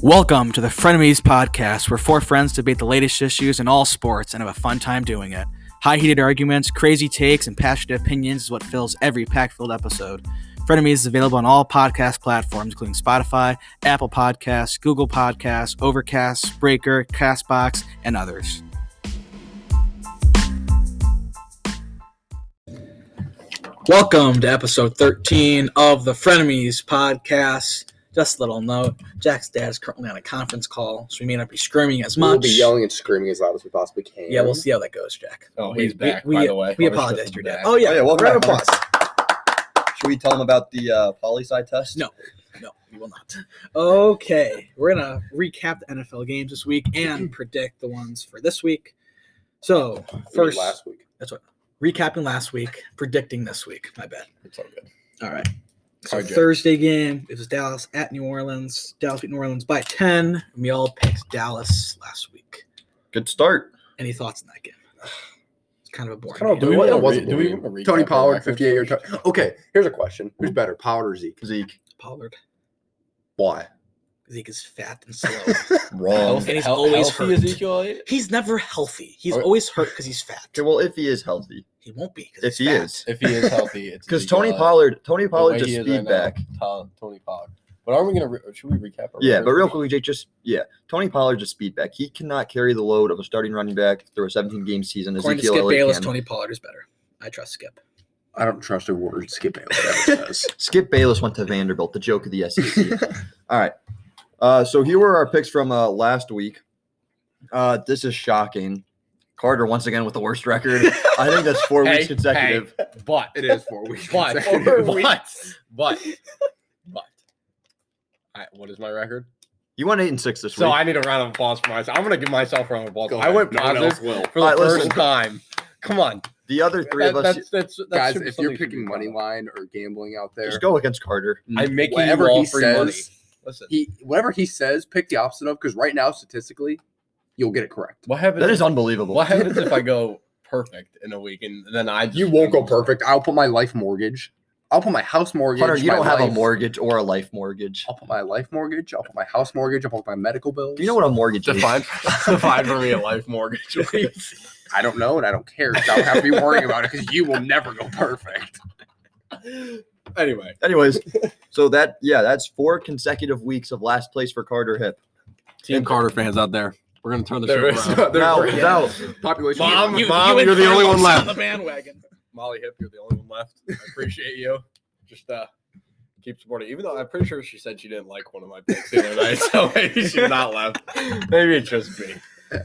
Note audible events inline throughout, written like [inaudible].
Welcome to the Frenemies Podcast, where four friends debate the latest issues in all sports and have a fun time doing it. High heated arguments, crazy takes, and passionate opinions is what fills every pack filled episode. Frenemies is available on all podcast platforms, including Spotify, Apple Podcasts, Google Podcasts, Overcast, Breaker, Castbox, and others. Welcome to episode 13 of the Frenemies Podcast. Just a little note Jack's dad is currently on a conference call, so we may not be screaming as much. We'll be yelling and screaming as loud as we possibly can. Yeah, we'll Mm-hmm. see how that goes, Jack. Oh, We- he's we- back, we- by the way. We Or is apologize to this your dad. back? Oh, yeah. Oh, yeah, welcome Round back. of applause. Should we tell them about the uh, poli sci test? No. No, we will not. Okay, we're gonna recap the NFL games this week and predict the ones for this week. So We did first, last week. recapping last week, predicting this week. My bad. It's all good. All right. So All right, Jay. Thursday game, it was Dallas at New Orleans. Dallas beat New Orleans by ten. And we all picked Dallas last week. Good start. Any thoughts on that game? It's kind of a boring. Kind of game. a we Well, wanna it was a re- do we boring. wanna recap Tony our Pollard, records 58 yard first? touchdown. Okay, here's a question: Who's better, Pollard or Zeke? Zeke. Pollard. Why? Zeke is fat and slow. Um, Wrong. And he's always healthy hurt. Ezekiel Elliott? he's never healthy. He's Okay. always hurt [laughs] because he's fat. Okay, well, if he is healthy, He won't be. 'cause if he's he fat. is, If he is healthy, [laughs] it's because Ezekiel Tony Elliott. Pollard, Tony Uh, The Pollard way just he is speed right now, back. Tom- Tony Pollard. But aren't we gonna? Re- should we recap? our Yeah, but records? real quickly, Jake, just yeah, Tony Pollard just speed back. He cannot carry the load of a starting running back through a 17 game season. According to Ezekiel Skip Elliott Bayless, can. Tony Pollard is better. I trust Skip. I don't trust a word Skip Bayless ever says. Skip Bayless went to Vanderbilt. The joke of the [laughs] SEC. All right. Uh, so here were our picks from uh, last week. Uh, this is shocking. Carter once again with the worst [laughs] record. I think that's four Hey, weeks consecutive. but It is four weeks. [laughs] but consecutive. but but but. I, [laughs] what is my record? You went eight and six this So week. I need a round of applause for myself. I'm gonna give myself a round of applause. Go I went ahead. No one positive else will. for the All right, first listen. time. Come on, the other three That- of us that's, that's, that's Guys, should be if you're something should picking be money done. line or gambling out there, just go against Carter. I'm making you whatever all he free says, money. Listen, he whatever he says, pick the opposite of because right now statistically, you'll get it correct. [laughs] what happens? That is unbelievable. What happens if I go perfect in a week and then I just You won't go perfect. I'll put my life mortgage. I'll put my house mortgage. Hunter, you my don't have a life- mortgage or a life mortgage. I'll put my life mortgage. I'll put my house mortgage. I'll put my medical bills. Do you know what a mortgage is? [laughs] Define, define for me a [laughs] life mortgage, please. I don't know, and I don't care. So I don't have to be worrying about it because you will never go perfect. anyway, Anyways, so that yeah, that's four consecutive weeks of last place for Carter Hip. [laughs] Team Carter fans out there, we're gonna turn the There show is around. there- Now, yeah. now, Population. Mom, Mom, you're the and only one Carlos left. on the bandwagon. Molly Hip, you're the only one left. I appreciate you. Just uh, keep supporting. Even though I'm pretty sure she said she didn't like one of my picks the other night, [laughs] so maybe she's not left. Maybe it's just me. yeah.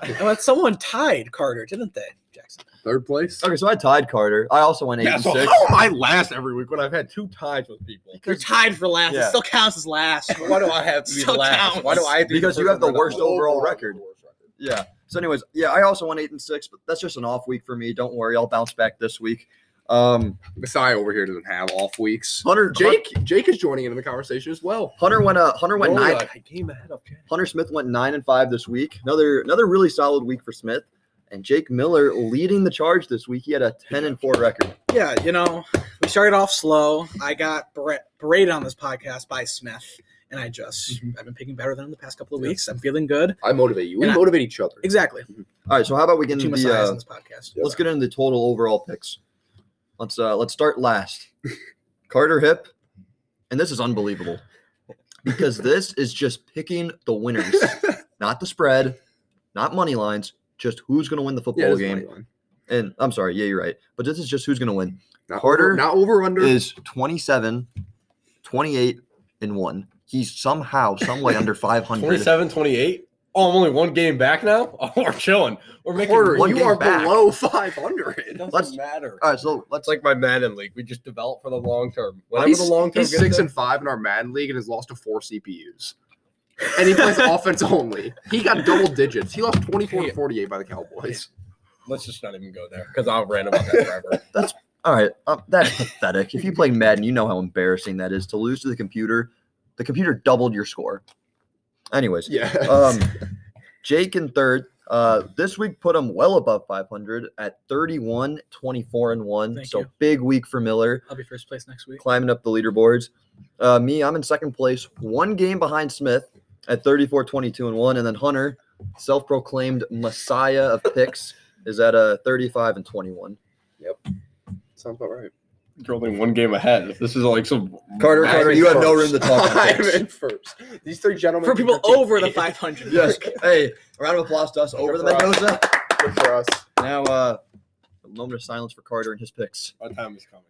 Oh, And when someone tied Carter, didn't they, Jackson? Third place. Okay, so I tied Carter. I also went eight Yeah, and so six. how am I last every week when I've had two ties with people? They're tied for last. It Yeah. still counts as last. Why do I have [laughs] to be Still last? Why do counts. I have to be Because you first have the runner-up? worst overall record. Yeah. So, anyways, yeah, I also went eight and six, but that's just an off week for me. Don't worry, I'll bounce back this week. Um, Messiah over here doesn't have off weeks. Hunter Jake Jake, Jake is joining into the conversation as well. Hunter went uh Hunter went Roll nine. that. I came ahead of Jack. Hunter Smith went nine and five this week. Another another really solid week for Smith. And Jake Miller leading the charge this week. He had a ten and four record. Yeah, you know, we started off slow. I got bera- berated on this podcast by Smith, and I just Mm-hmm. I've been picking better than him the past couple of Yeah. weeks. I'm feeling good. I motivate you. We And I- motivate each other. Exactly. All right, so how about we get Two into the messiahs uh, on this podcast. let's get into the total overall picks. Let's uh let's [laughs] start last. Carter Hip, and this is unbelievable [laughs] because this is just picking the winners, not the spread, not money lines, just who's going to win the Yeah, football that's game. money line. And I'm sorry, yeah, you're right, but this is just who's going to win. Not Carter over, not over under. Is 27, 28, and one. He's somehow, some way under [laughs] 500. 27, 28. Oh, I'm only one game back now. [laughs] Oh, we're chilling. We're making Carter, one you game are back. below five hundred. doesn't Let's- matter. All right, so let's It's like my Madden league. We just develop for the long term. Whenever He's, the long term he's gets six there- and five in our Madden league and has lost to four CPUs. And he [laughs] plays offense only. He got double digits. He lost twenty four to forty eight by the Cowboys. let's just not even go there because I'll rant about that forever. All right, um, that's pathetic. If you play Madden, you know how embarrassing that is to lose to the computer. The computer doubled your score. Anyways, Yeah. um, Jake in third. Uh, this week put him well above 500 at 31, 24, and one. Thank so you. big week for Miller, I'll be first place next week. climbing up the leaderboards. Uh, me, I'm in second place, one game behind Smith, at 34, 22, and 1. And then Hunter, self proclaimed messiah of [laughs] picks, is at a 35 and 21. Sounds about right. You're only one game ahead. This is like some Carter, I Carter, think you have so. no room to talk [laughs] on I'm picks. in first. These three gentlemen for people are over the taking- 500. Yes. Hey, a round of applause to us over the for us. Mendoza. Good for us. Now, uh, a moment of silence for Carter and his picks. My time is coming.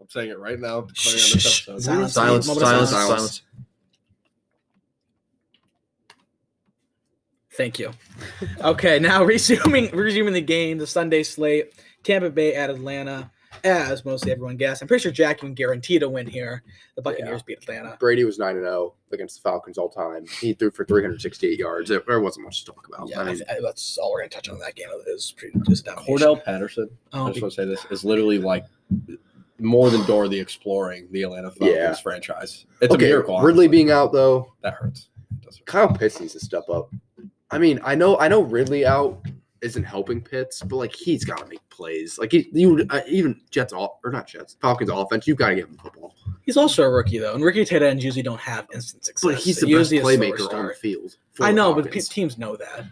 I'm saying it right now. Shh, declaring on this shh, shh. episode. Silence, Silence, moment of silence, silence. silence. Thank you. Okay, [laughs] now resuming resuming the game, the Sunday slate, Tampa Bay at Atlanta, as mostly everyone guessed. I'm pretty sure Jack can guarantee to win here. The Buccaneers beat Atlanta. Brady was 9 0 against the Falcons all time. He threw for 368 yards. It- there wasn't much to talk about. Yeah, I I mean, I- that's all we're gonna touch on that game. It was pretty just domination. Cordell Patterson. I Oh, just want to say this is literally like more than Dorothy exploring the Atlanta Falcons Yeah. franchise. It's okay, a miracle. Ridley honestly. being out, though, that hurts. It does hurt. Kyle Pitts needs to step up. I mean, I know, I know Ridley out isn't helping Pitts, but like he's got to make plays. Like he, you, uh, even Jets off or not Jets, Falcons offense, you've got to give him football. he's also a rookie though, and rookie tight ends usually don't have instant success. But he's They the best usually a slower playmaker on the start. field. for I the know, but pe- Falcons. teams know that,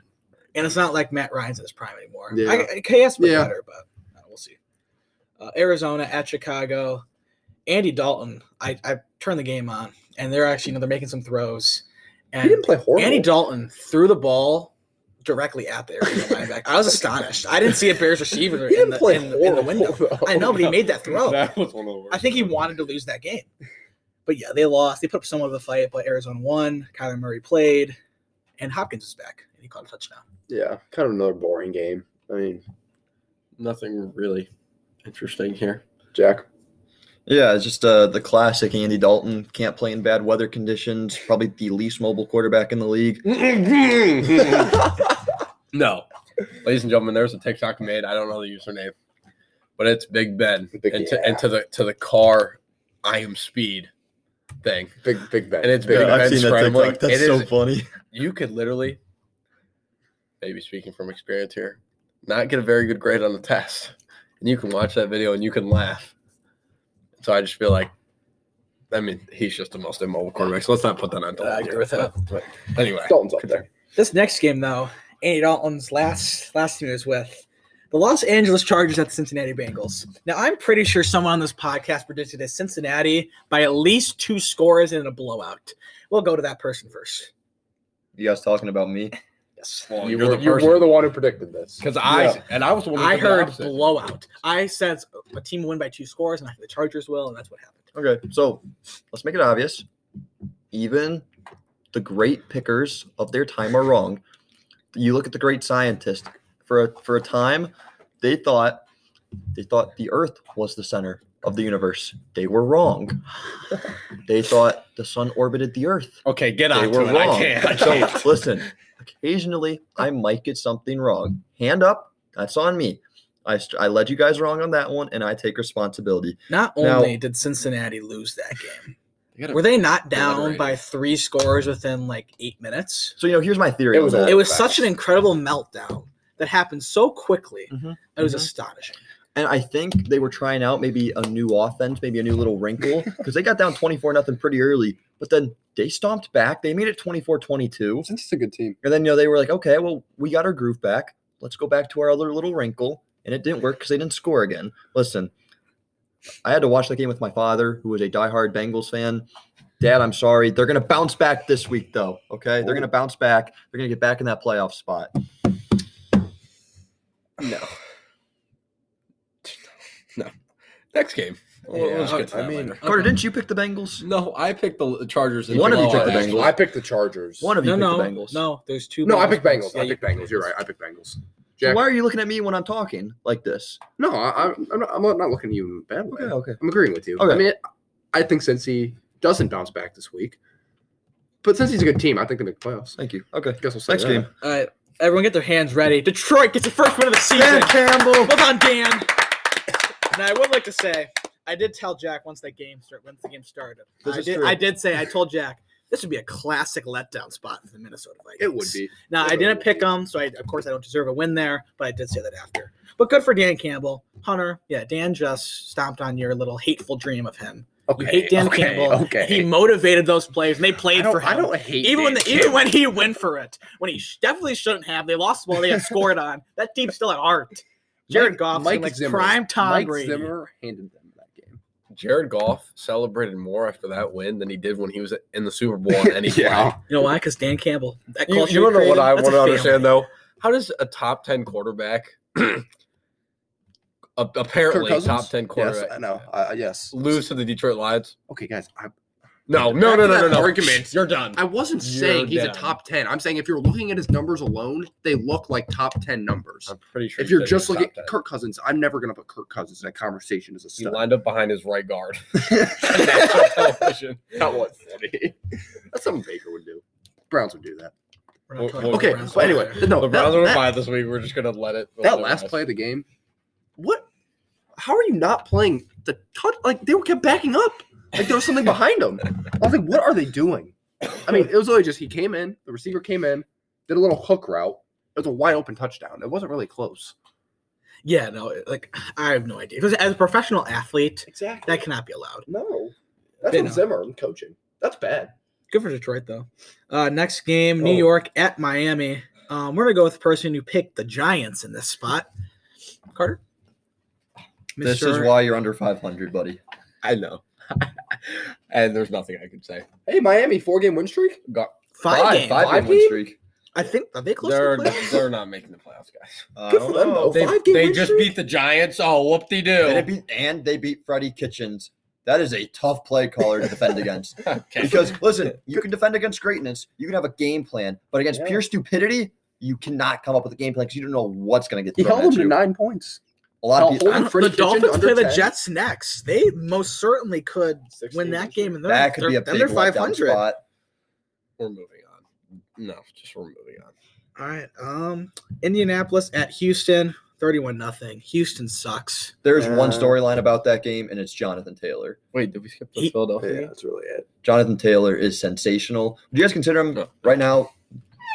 and it's not like Matt Ryan's in his prime anymore. Yeah. I, I, KS been Yeah. better, but uh, we'll see. Uh, Arizona at Chicago. Andy Dalton, I, I turned the game on, and they're actually you know they're making some throws, he and didn't play horrible. Andy Dalton threw the ball directly at the Arizona linebacker. I was astonished. I didn't see a Bears receiver [laughs] He didn't in the, play in, the- in horrible. the window. though. [laughs] I know, but he made that [laughs] throw. That was one of the worst. Oh. I think he wanted to lose that game. But yeah, they lost. They put up somewhat of a fight, but Arizona won. Kyler Murray played, and Hopkins is back, and he caught a touchdown. Yeah, kind of another boring game. I mean, nothing really interesting here. [laughs] Jack. Yeah, it's just uh, the classic Andy Dalton can't play in bad weather conditions. Probably the least mobile quarterback in the league. No, ladies and gentlemen, there's a TikTok made. I don't know the username, but it's Big Ben Big- and, to, yeah. and to the to the car, I am speed thing, Big big bet. and it's Big Ben scrambling. It is- funny. you could literally, maybe speaking from experience here, not get a very good grade on the test. And you can watch that video and you can laugh. So I just feel like, I mean, he's just the most immobile quarterback. So let's not put that on. I agree with that. Anyway, Dalton's up there. This next game, though, Andy Dalton's last last team he was with, the Los Angeles Chargers at the Cincinnati Bengals. Now, I'm pretty sure someone on this podcast predicted a Cincinnati by at least two scores and a blowout. We'll go to that person first. You guys talking about me? Yes. well, You, you're were, the you person. were the one who predicted this. Because I Yeah. and I was the one. who I did the heard opposite. blowout. I said a team will win by two scores, and I think the Chargers will, and that's what happened. Okay, so let's make it obvious. Even the great pickers of their time are wrong. You look at the great scientist. For a, for a time, they thought they thought the Earth was the center of the universe. They [laughs] were wrong. they thought the sun orbited the Earth. Okay, get They on to were it. I wrong. can't. [laughs] I So can't. listen, occasionally I might get something wrong. Hand up, that's on me. I, st- I led you guys wrong on that one, and I take responsibility. Not Now- only did Cincinnati lose that game, were they not down obliterated. by three scores within like eight minutes? So you know, here's my theory. It on was a- that. it was Facts. such an incredible meltdown that happened so quickly. Mm-hmm. Mhm, It was mhm. astonishing. And I think they were trying out maybe a new offense, maybe a new little [laughs] wrinkle because they got down 24 nothing pretty early, but then they stomped back. They made it 24 22. Since it's a good team. And then, you know, they were like, okay, well, we got our groove back. Let's go back to our other little wrinkle. And it didn't work because they didn't score again. Listen, I had to watch the game with my father, who was a diehard Bengals fan. Dad, I'm sorry. They're going to bounce back this week, though. Okay. They're going to bounce back. They're going to get back in that playoff spot. No. No. Next game. We'll- we'll just Yeah, get to I that mean- later. Carter, Okay. didn't you pick the Bengals? No, I picked the Chargers. in One of you took the blowout. Bengals. I picked the Chargers. One of you picked No, no, the Bengals. no. There's two. no, I picked Bengals. Yeah, I you picked Bengals. You're right. I picked Bengals. So Jack. why are you looking at me when I'm talking like this? No, I, I'm I'm not, I'm not looking at you in a bad way. Okay, okay. I'm agreeing with you. Okay. I mean, I think since he doesn't bounce back this week, but since he's a good team, I think they make the playoffs. Thank you. Okay. I guess we'll say Next that. game. All right, everyone, get their hands ready. Detroit gets the first win of the season. Campbell. Well done, Dan. Now I would like to say I did tell Jack once that game start once the game started. This I is did, true. I did say I told Jack this would be a classic letdown spot for the Minnesota Vikings. It would be. Now, It I didn't would pick them, so I, of course I don't deserve a win there, but I did say that after. But good for Dan Campbell. Hunter, yeah, Dan just stomped on your little hateful dream of him You Okay. hate Dan okay, Campbell. Okay. He motivated those plays, and they I, played for don't, him. I don't hate even when Dan the, even when he went for it, when he sh- definitely shouldn't have, they lost the ball. They had scored on. That team's still at heart. Jared Goff, Mike like Zimmer- prime Tom Mike Brady. Zimmer handed them that game. Jared Goff celebrated more after that win than he did when he was in the Super [laughs] Bowl on any play. You know why? Because Dan Campbell. That You, culture you wanna know what created, I that's a want to understand family. though? How does a top ten quarterback, [clears throat] a- Kirk apparently Cousins? top ten quarterback, Yes, I know. Uh, yes. lose to the Detroit Lions? Okay, guys. I, No, to no, no, no, no, that no. argument. You're done. I wasn't You're saying he's down. a top 10. I'm saying if you're looking at his numbers alone, they look like top 10 numbers. I'm pretty sure. If he you're said just he was looking top at 10. Kirk Cousins, I'm never going to put Kirk Cousins in that conversation as a he stud. lined up behind his right guard. [laughs] National [laughs] That's television. what funny. That's something Baker would do. Browns would do that. We're not talking Well, about Okay, Browns. but anyway, no, The that- Browns are that- five this week. We're just gonna let it. that last play of the game, what? How are you not playing the touch? Like they were kept backing up. Like there was something behind them. I was like, what are they doing? I mean, it was really just he came in, the receiver came in, did a little hook route. It was a wide open touchdown. It wasn't really close. yeah, no, like I have no idea. Because as a professional athlete, Exactly. that cannot be allowed. no, that's They on know. Zimmer and coaching. That's bad. Good for Detroit though. Uh, next game, New Oh. York at Miami. Um, we're gonna go with the person who picked the Giants in this spot. Carter. This is Mr. why you're under 500, buddy. I know. [laughs] and there's nothing I can say. Hey, Miami four game win streak. Go- five, games. five, Five game win game? streak. I think are they close They're to the playoffs? they're not making the playoffs, guys. I Good don't for them know. Oh, though. They, Five game they win just street? beat the Giants. Oh, whoop de And, it doo. beat, and Oh. they beat Freddie Kitchens. That is a tough play caller to defend [laughs] against. [laughs] Okay. Because listen, you can defend against greatness, you can have a game plan, but against Yeah. pure stupidity, you cannot come up with a game plan because you don't know what's going to get He thrown held at them to you. nine points. A lot of Now, people, hold I on. don't- Freddie the Kitchens Dolphins under play the 10. Jets next. They most certainly could Six win games that this year. game, and they're, that could they're, be a then big they're five 500. All spot. We're moving on. No, just we're moving on. right, um, Indianapolis at Houston, thirty-one nothing. Houston sucks. There's one Yeah. storyline about that game, and it's Jonathan Taylor. Wait, did we skip He- the Philadelphia? Yeah, game? that's really it. Jonathan Taylor is sensational. Do you guys consider him No. right now?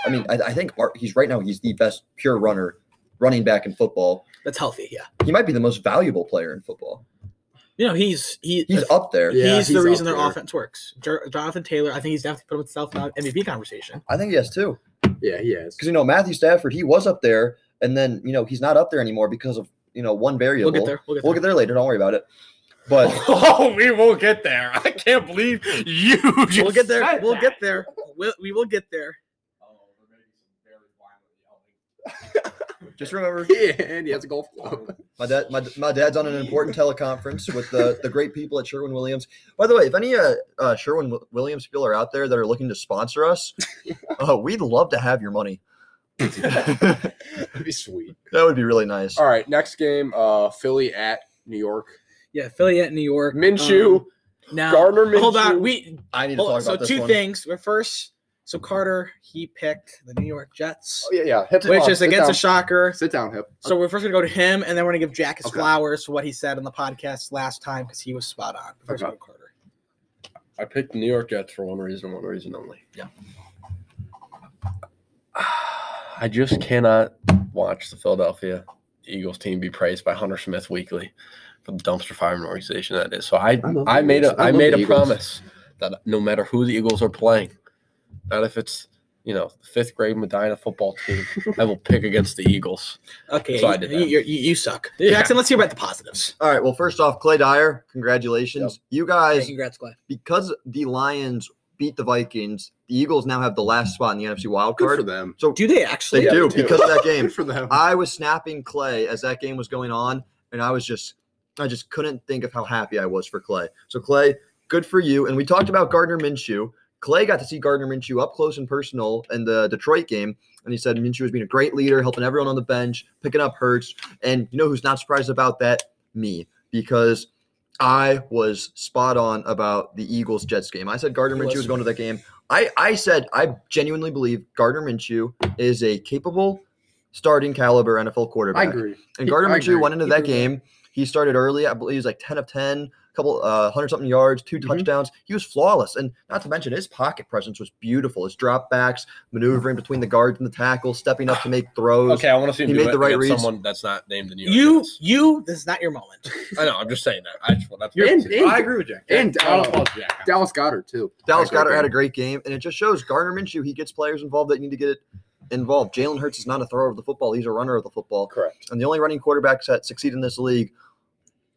I mean, I, I think Ar- he's right now he's the best pure runner, running back in football. That's healthy. Yeah, He might be the most valuable player in football. you know he's he, He's up there. Yeah, he's, the he's reason up their there. offense works. Jer- Jonathan Taylor, I think he's definitely put himself in the MVP conversation. I think he has too. Yeah, he is. Because you know Matthew Stafford, he was up there, and then you know he's not up there anymore because of you know one variable. We'll get there. We'll get there. We'll get there later. Don't worry about it. But [laughs] [laughs] oh, we will get there. I can't believe you. Just We'll [laughs] get there. said We'll that. get there. We'll, we will get there. just remember, Yeah, and he has a golf [laughs] club. my dad, my, my dad's on an important teleconference with the, the great people at Sherwin Williams. By the way, if any uh, uh, Sherwin Wi- Williams people are out there that are looking to sponsor [laughs] us, uh, we'd love to have your money. that That'd be sweet. would be really nice. all right, next game uh, Philly at New York. Yeah, Philly at New York. Minshew, Um, now, Gardner Minshew. hold on. We I need to Hold on, talk so about this two one. things. Well, first, so Carter he picked the New York Jets, Oh, yeah, yeah. Hip- which oh, is sit against down. a shocker. Sit down, Hip. So we're first gonna go to him, and then we're gonna give Jack his Okay. flowers for what he said on the podcast last time because he was spot on. First, Okay. go Carter. I picked the New York Jets for one reason, one reason only. Yeah. [sighs] I just cannot watch the Philadelphia Eagles team be praised by Hunter Smith weekly for the dumpster firing organization that is. So I, love the I made a Eagles. I I love made the a Eagles. promise that no matter who the Eagles are playing, not if it's you know the fifth grade Medina football team, I will pick against the Eagles. Okay, So I you, did you, that. you're- you- you suck, Yeah. Jackson. Let's hear about the positives. All right. Well, first off, Clay Dyer, congratulations. You guys Congrats, Clay. because the Lions beat the Vikings, the Eagles now have the last spot in the NFC wild Good for card. them. Do they actually? They Yeah, do they do. because of that game. Good for them. I was snapping Clay as that game was going on, and I was just, I just couldn't think of how happy I was for Clay. So Clay, good for you. And we talked about Gardner Minshew. Clay got to see Gardner Minshew up close and personal in the Detroit game, and he said Minshew was being a great leader, helping everyone on the bench, picking up hurts. And you know who's not surprised about that? Me, because I was spot on about the Eagles Jets game. I said Gardner He Minshew was. was going to that game. I, I said I genuinely believe Gardner Minshew is a capable starting caliber NFL I quarterback. agree. And Gardner I Minshew agree. went into He that proved it. game. He started early. I believe he was like 10 of 10, a couple, uh, 100 something yards, 2 Mhm. touchdowns. He was flawless. And not to mention, his pocket presence was beautiful. His drop backs, maneuvering between the guards and the tackle, stepping up to make throws. Okay, I want to see him He do made it the right against reads. someone that's not named the New York. You, Jets. you. This is not your [laughs] moment. I know. I'm just saying that. I just want that's You're what I'm in- saying. in- uh, I agree with Jack. in- I don't fault Jack. uh, Dallas Goddard too. Dallas Had a great Goddard had a game. great game, and it just shows Gardner Minshew. He gets players involved that need to get it involved. Jalen Hurts is not a thrower of the football; he's a runner of the football. Correct. And the only running quarterbacks that succeed in this league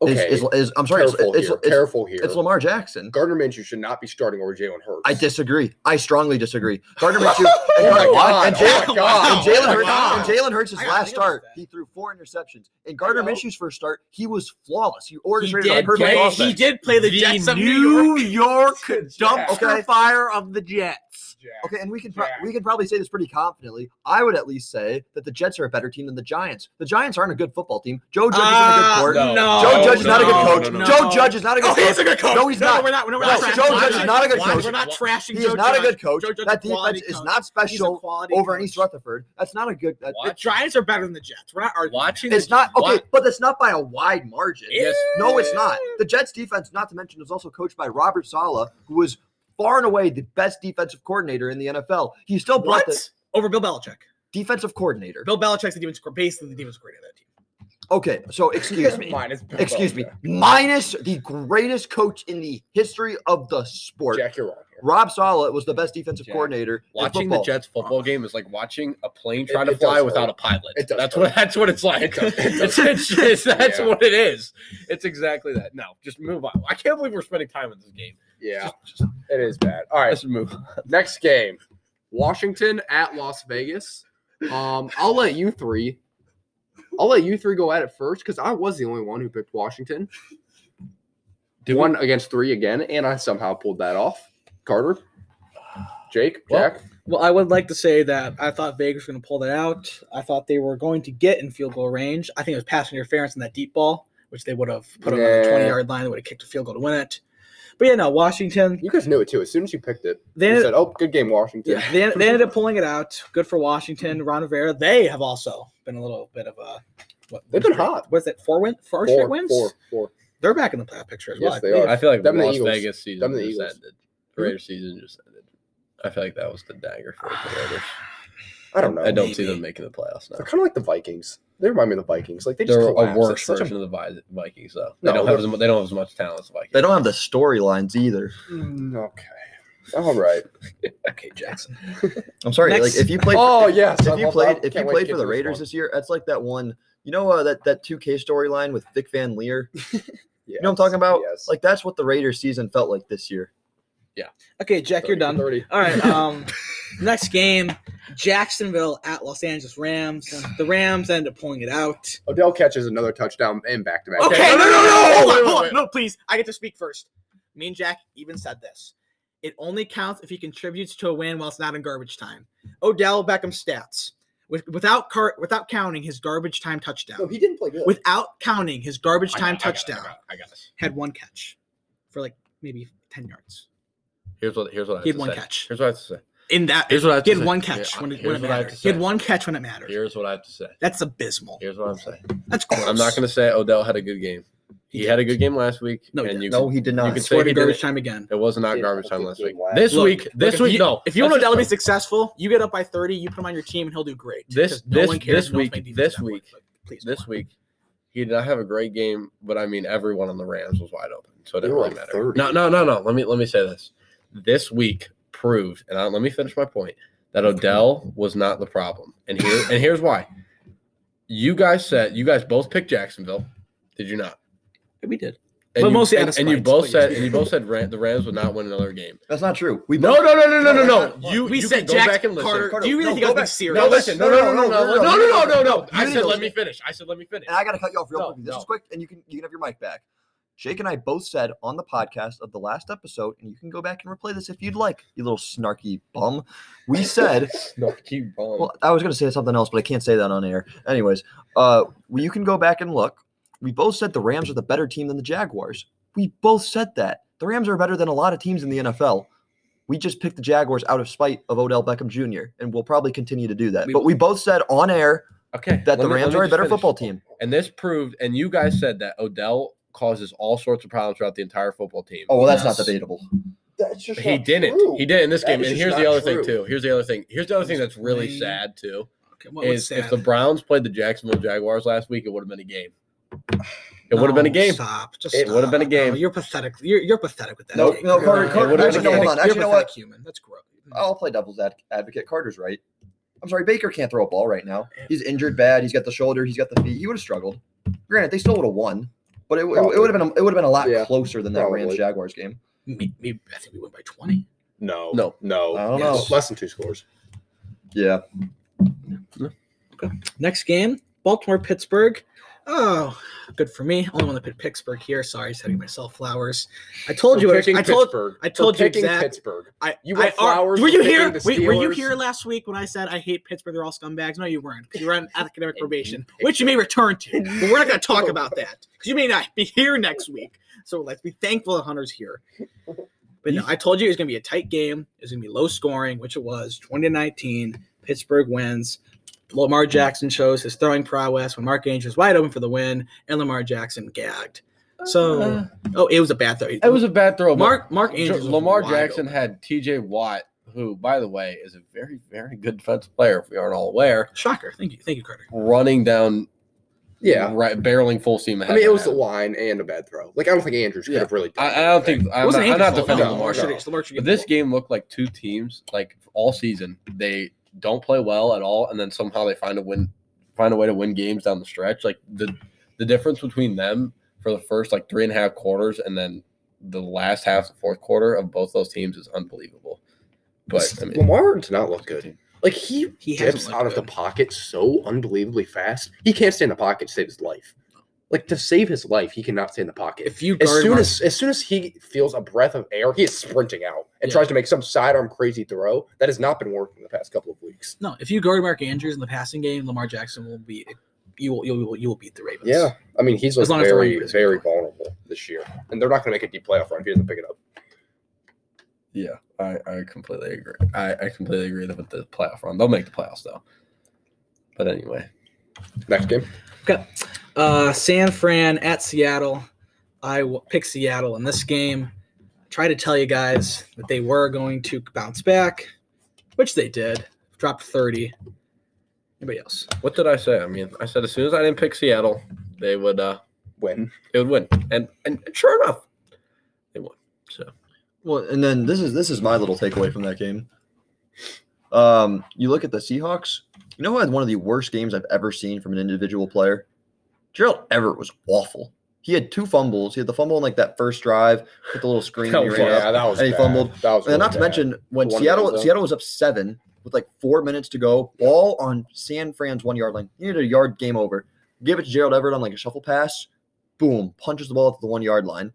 is, Okay. is, is- I'm sorry, it's, careful it's, here. it's- careful here. it's Lamar Jackson. Gardner Minshew should not be starting over Jalen Hurts. I disagree. I strongly disagree. [laughs] Gardner Minshew and, my Gardner- God. and Oh Jalen, my God. and Jalen Oh my Hurts, God. and Jalen Hurts' I gotta last think about start, that. he threw four interceptions. In Gardner know. Minshew's first start, he was flawless. He He orchestrated a did, perfect play, offense. he did play the The Jets of New New York Jack. dumpster Okay. fire of the Jets. Okay, and we can pro- Jack. we can probably say this pretty confidently. I would at least say that the Jets are a better team than the Giants. The Giants aren't a good football team. Joe Judge isn't a good Uh, coordinator. no. Joe Judge is not a good no, coach. no, no. Joe Judge is not a Oh, good coach. good coach. No, he's No, not. we're not. We're No, not. Joe trashing Judge is not a good Why- coach. We're not trashing. He Joe is not a Judge. good coach. Joe Judge is That a quality defense is coach. not He's a special quality over coach. any Rutherford. That's not a good. that- The Giants are better than the Jets. We're not arguing. Watching it's the- not okay, wa- but that's not by a wide margin. Yes. No, it's not. The Jets defense, not to mention, is also coached by Robert Sala, who was far and away the best defensive coordinator in the NFL. He still brought What? the Over Bill Belichick. defensive coordinator. Bill Belichick's the demons, basically the demons coordinator of that team. Okay, so excuse me. Mine is Excuse me. Minus the greatest coach in the history of the sport. Jack, you're wrong here. Rob Sala was the best defensive Jack, coordinator. Watching in the football. Jets football game is like watching a plane try It- to it does fly hurt. without a pilot. It does that's hurt. what that's what it's like. It does- [laughs] it it's, does it's just- that's Yeah. what it is. It's exactly that. No, just move on. I can't believe we're spending time in this game. Yeah, Just- just- it is bad. All right, let's move. on. next game, Washington at Las Vegas. Um, I'll let you three. I'll let you three go at it first because I was the only one who picked Washington. Do one against three again, and I somehow pulled that off. Carter, Jake, Well, Jack. Well, I would like to say that I thought Vegas was going to pull that out. I thought they were going to get in field goal range. I think it was pass interference in that deep ball, which they would have put them on the Yeah. 20 yard line. They would have kicked a field goal to win it. But yeah, no, Washington, You guys knew it too. As soon as you picked it, they you ended, said, "Oh, good game, Washington." yeah, they, they ended up pulling it out. Good for Washington. Ron Rivera, they have also been a little bit of a. What, They've been hot. Was it four win, Four, four, straight wins? four, four. They're back in the playoff picture as well. Yes, I they believe. are. I feel like Them and the Las Eagles. Vegas season Them and the just Eagles. ended. The Raiders season just ended. I feel like that was the dagger for the [sighs] Raiders. I don't know. I don't see maybe. them making the playoffs now. They're kind of like the Vikings. They remind me of the Vikings. Like they just They're a collapse. worse It's such a- version of the Vi- Vikings, though. They No, don't have as they're- mu- they don't have as much talent as the Vikings. They don't have the storylines either. Mm, okay. All [laughs] right. Okay, Jackson. I'm sorry. Next- Like if you played, Oh yes. I if you love played, that. if you Can't wait played to for get the to Raiders this this year, that's like that one. You know uh, that that two K storyline with Vic [laughs] Van Leer. one. You know what I'm talking about? Yes. Like that's what the Raiders season felt like this year. Okay, Jack, you're 30, done. 30. All right. Um, next game, Jacksonville at Los Angeles Rams. The Rams end up pulling it out. Odell catches another touchdown and back to back. Okay, no, no, no, no, hold wait, on, wait, hold on, wait. no, please. I get to speak first. Me and Jack even said this. It only counts if he contributes to a win while it's not in garbage time. Odell Beckham's stats, with, without car, without counting his garbage time touchdown, he didn't play good. without counting his garbage I time got- I got it, I touchdown, got it, I got this. had one catch for like maybe ten yards Here's what here's what I have He had to one say. catch. Here's what I have to say. in that. Here's what I have He to had say. one catch Here- when it, here's when it what I have mattered. to He had say. one catch when it mattered. Here's what I have to say. That's abysmal. Here's what I'm saying. That's gross. I'm not going to say Odell had a good game. He, had a good game last week. No, he and you No, can- he did you not. can Scored say in he did garbage it. time again. It was not He garbage didn't time have a last good week. game last This Look, week, this if week, you- no. If you want Let's Odell to be just- successful, you get up by 30, you put him on your team, and he'll do great. This- 'Cause no this- one cares, this no one's week- playing defense this that week- much, but please, This come week, he did not have a great game, but I mean, everyone on the Rams was wide open, so it They didn't were really up matter. 30. No, no, no, no. Let me let me say this. This week proved, and I, let me finish my point that Odell was not the problem, and here and here's why. You guys said you guys both picked Jacksonville, did you not? on. We did. And But you, mostly out and, of and you spite, both but said yes. and you both said Ram, the Rams would not win another game. That's not true. We No, both- no, no, no, no, no, No, no. that's not- You We you said can go Jack back and listen. Carter. Do you really no, think I go was being back. serious? No, listen. No, no, no, no, no, no, no, no, no, no. You I need said to let me listen. finish. I said let me finish. And I gotta cut you off real No, quick. This no. is quick, and you can you can have your mic back. Jake and I both said on the podcast of the last episode, and you can go back and replay this if you'd like, you little snarky bum. We said [laughs] No, keep going. Well, I was going to say something else, but I can't say that on air. Anyways, uh, well, you can go back and look. We both said the Rams are the better team than the Jaguars. We both said that. The Rams are better than a lot of teams in the NFL. We just picked the Jaguars out of spite of Odell Beckham Jr., and we'll probably continue to do that. We- but we both said on air Okay. that let the me- let Rams me are a just better finish. football team. And this proved, and you guys said that Odell causes all sorts of problems throughout the entire football team. Oh well, that's Yes. not debatable. That's just he not didn't. true. He did in this That game. is And just here's the not other thing true. too. Here's the other thing. Here's the other thing that's really Plain- sad too Okay, what was is if sad? the Browns played the Jacksonville Jaguars last week, it would have been a game. It would [sighs] No, have been a game. Stop. Just It would've stop. been a game. No, you're pathetic. You're, you're pathetic with that. No, take. no, You're Carter- not- Carter- you're actually, pathetic. no, hold on. You're Actually, you know pathetic Human. That's gross. I'll play devil's ad- advocate. Carter's right. I'm sorry, Baker can't throw a ball right now. He's injured bad. He's got the shoulder. He's got the feet. He would have struggled. Granted, they still would have won, but it, Probably. would have been a, it would have been a lot Yeah, closer than that probably. Rams Jaguars game. Me, me, I think we went by 20. No. No. No. I don't Oh. Yes. know. less than two scores. Yeah, Next game, Baltimore Pittsburgh. Oh, good for me. Only one that picked Pittsburgh here. Sorry, just having myself flowers. I told you. I told. Pittsburgh. I told for you picking exact- Pittsburgh. I, You I, went flowers Were for you picking here? the Wait, were you Steelers. here last week when I said I hate Pittsburgh? They're all scumbags. No, you weren't. 'cause You were on academic probation, which you may return to. But we're not going to talk about that because you may not be here next week. So let's be thankful that Hunter's here. But no, I told you it was going to be a tight game. It was going to be low scoring, which it was. 20 to 19. Pittsburgh wins. Lamar Jackson shows his throwing prowess when Mark Andrews wide open for the win, and Lamar Jackson gagged. So, oh, it was a bad throw. Uh-huh. It was a bad throw. but Mark Mark Jo- Andrews. was Lamar wide Jackson open. had T.J. Watt, who, by the way, is a very, very good defensive player. If we aren't all aware, Shocker. Thank you. Thank you, Carter. running down, Yeah. right, barreling full steam ahead. I mean, it at was the him. line and a bad throw. Like I don't think Andrews could Yeah. have really. Done I, I don't think I'm not, I'm not defending No, Lamar. no. But this game looked like two teams, like all season, they don't play well at all, and then somehow they find a win, find a way to win games down the stretch. Like the the difference between them for the first like three and a half quarters, and then the last half, the fourth quarter of both those teams is unbelievable. But I mean, Lamar does not look good. Like he he dips out of the pocket so unbelievably fast. He can't stay in the pocket to save his life. Like to save his life, he cannot stay in the pocket. If you As guard soon Mark- as as soon as he feels a breath of air, he is sprinting out and Yeah. tries to make some sidearm crazy throw that has not been working the past couple of weeks. no, if you guard Mark Andrews in the passing game, Lamar Jackson will be you will you will, you will beat the Ravens. Yeah, I mean he's like As long as the very Ravens are very good. vulnerable this year, and they're not going to make a deep playoff run if he doesn't pick it up. yeah, I, I completely agree. I, I completely agree with the playoff run. They'll make the playoffs though. But anyway, Next game, Uh, San Fran at Seattle. I w- pick Seattle in this game. Try to tell you guys that they were going to bounce back, which they did. Dropped thirty. Anybody else? what did I say? I mean, I said as soon as I didn't pick Seattle, they would uh Mm-hmm. win. they would win, and and sure enough, they won. So. Well, and then this is this is my little takeaway from that game. Um, you look at the Seahawks. You know who had one of the worst games I've ever seen from an individual player? Gerald Everett was awful. He had two fumbles. He had the fumble on like that first drive with the [laughs] little screen. Oh, That he was ran up. that was And he bad. fumbled. That was And really then not to bad. mention when The one Seattle goal, though. Seattle was up seven with like four minutes to go, ball on San Fran's one yard line. He needed a yard game over. Give it to Gerald Everett on like a shuffle pass. Boom, punches the ball to the one yard line.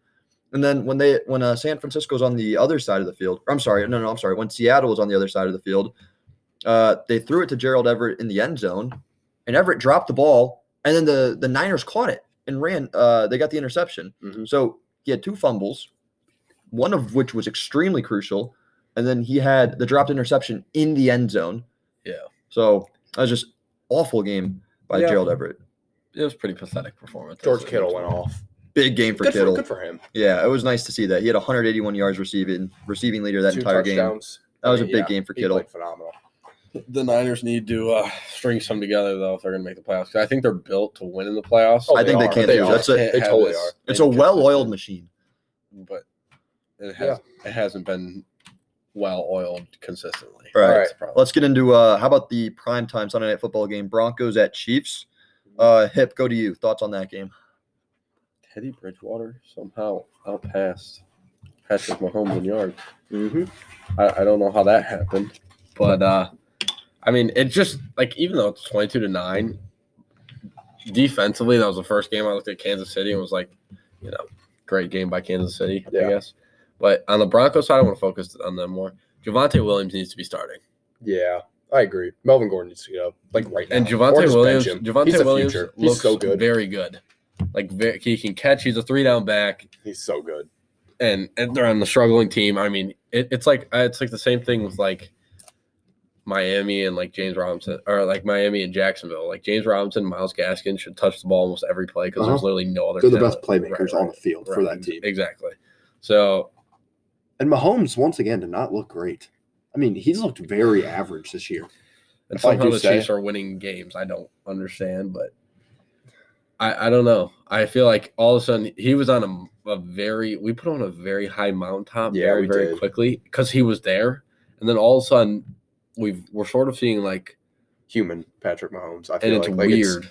And then when they when uh, San Francisco's on the other side of the field, or I'm sorry, no, no, I'm sorry. When Seattle was on the other side of the field, uh, they threw it to Gerald Everett in the end zone, and Everett dropped the ball, and then the the Niners caught it and ran. Uh, they got the interception. Mhm. So he had two fumbles, one of which was extremely crucial, and then he had the dropped interception in the end zone. Yeah. So that was just awful game by Yeah. Gerald Everett. it was pretty pathetic performance. George Kittle went off. Big game for Good for, Kittle. good for him. yeah, it was nice to see that. He had 181 yards receiving receiving leader that Two entire game. touchdowns. That was I a mean, big yeah, game for he Kittle. played Phenomenal. The Niners need to uh, string some together though if they're going to make the playoffs. 'Cause I think they're built to win in the playoffs. Oh, I think they are. can They do. are. That's a They have totally this are. it's a well-oiled machine. but it has it hasn't been well oiled consistently. All right. That's the problem. Let's get into uh, how about the primetime Sunday night football game Broncos at Chiefs. Uh, Hip, go to you. Thoughts on that game? Teddy Bridgewater somehow outpassed Patrick Mahomes in yards. Mm-hmm. I, I don't know how that happened, but uh, I mean, it just like even though it's twenty-two to nine, defensively that was the first game I looked at Kansas City and was like, you know, great game by Kansas City, I Yeah. guess. But on the Broncos side, I want to focus on them more. Javante Williams needs to be starting, Yeah, I agree. Melvin Gordon needs to get up like right and now. Or Javante just Williams, bench him. Javante He's the Williams future. He's looks so good. very good. Like ve- he can catch. He's a three-down back. He's so good. uh, and, and they're on the struggling team. I mean, it, it's like it's like the same thing with like Miami and like James Robinson or like Miami and Jacksonville. Like James Robinson, Miles Gaskin should touch the ball almost every play because there's Uh-huh. literally no other. They're the best talent. playmakers Right, on the field for right, that ex- team. Exactly. So And Mahomes once again did not look great. I mean, he's looked very average this year. and If I somehow do the say Chiefs are winning games. I don't understand, but I I don't know. I feel like all of a sudden he was on a, a very we put on a very high mountaintop Yeah, very we very did. quickly because he was there, and then all of a sudden we've we're sort of seeing like Human Patrick Mahomes. I feel and it's like, like weird.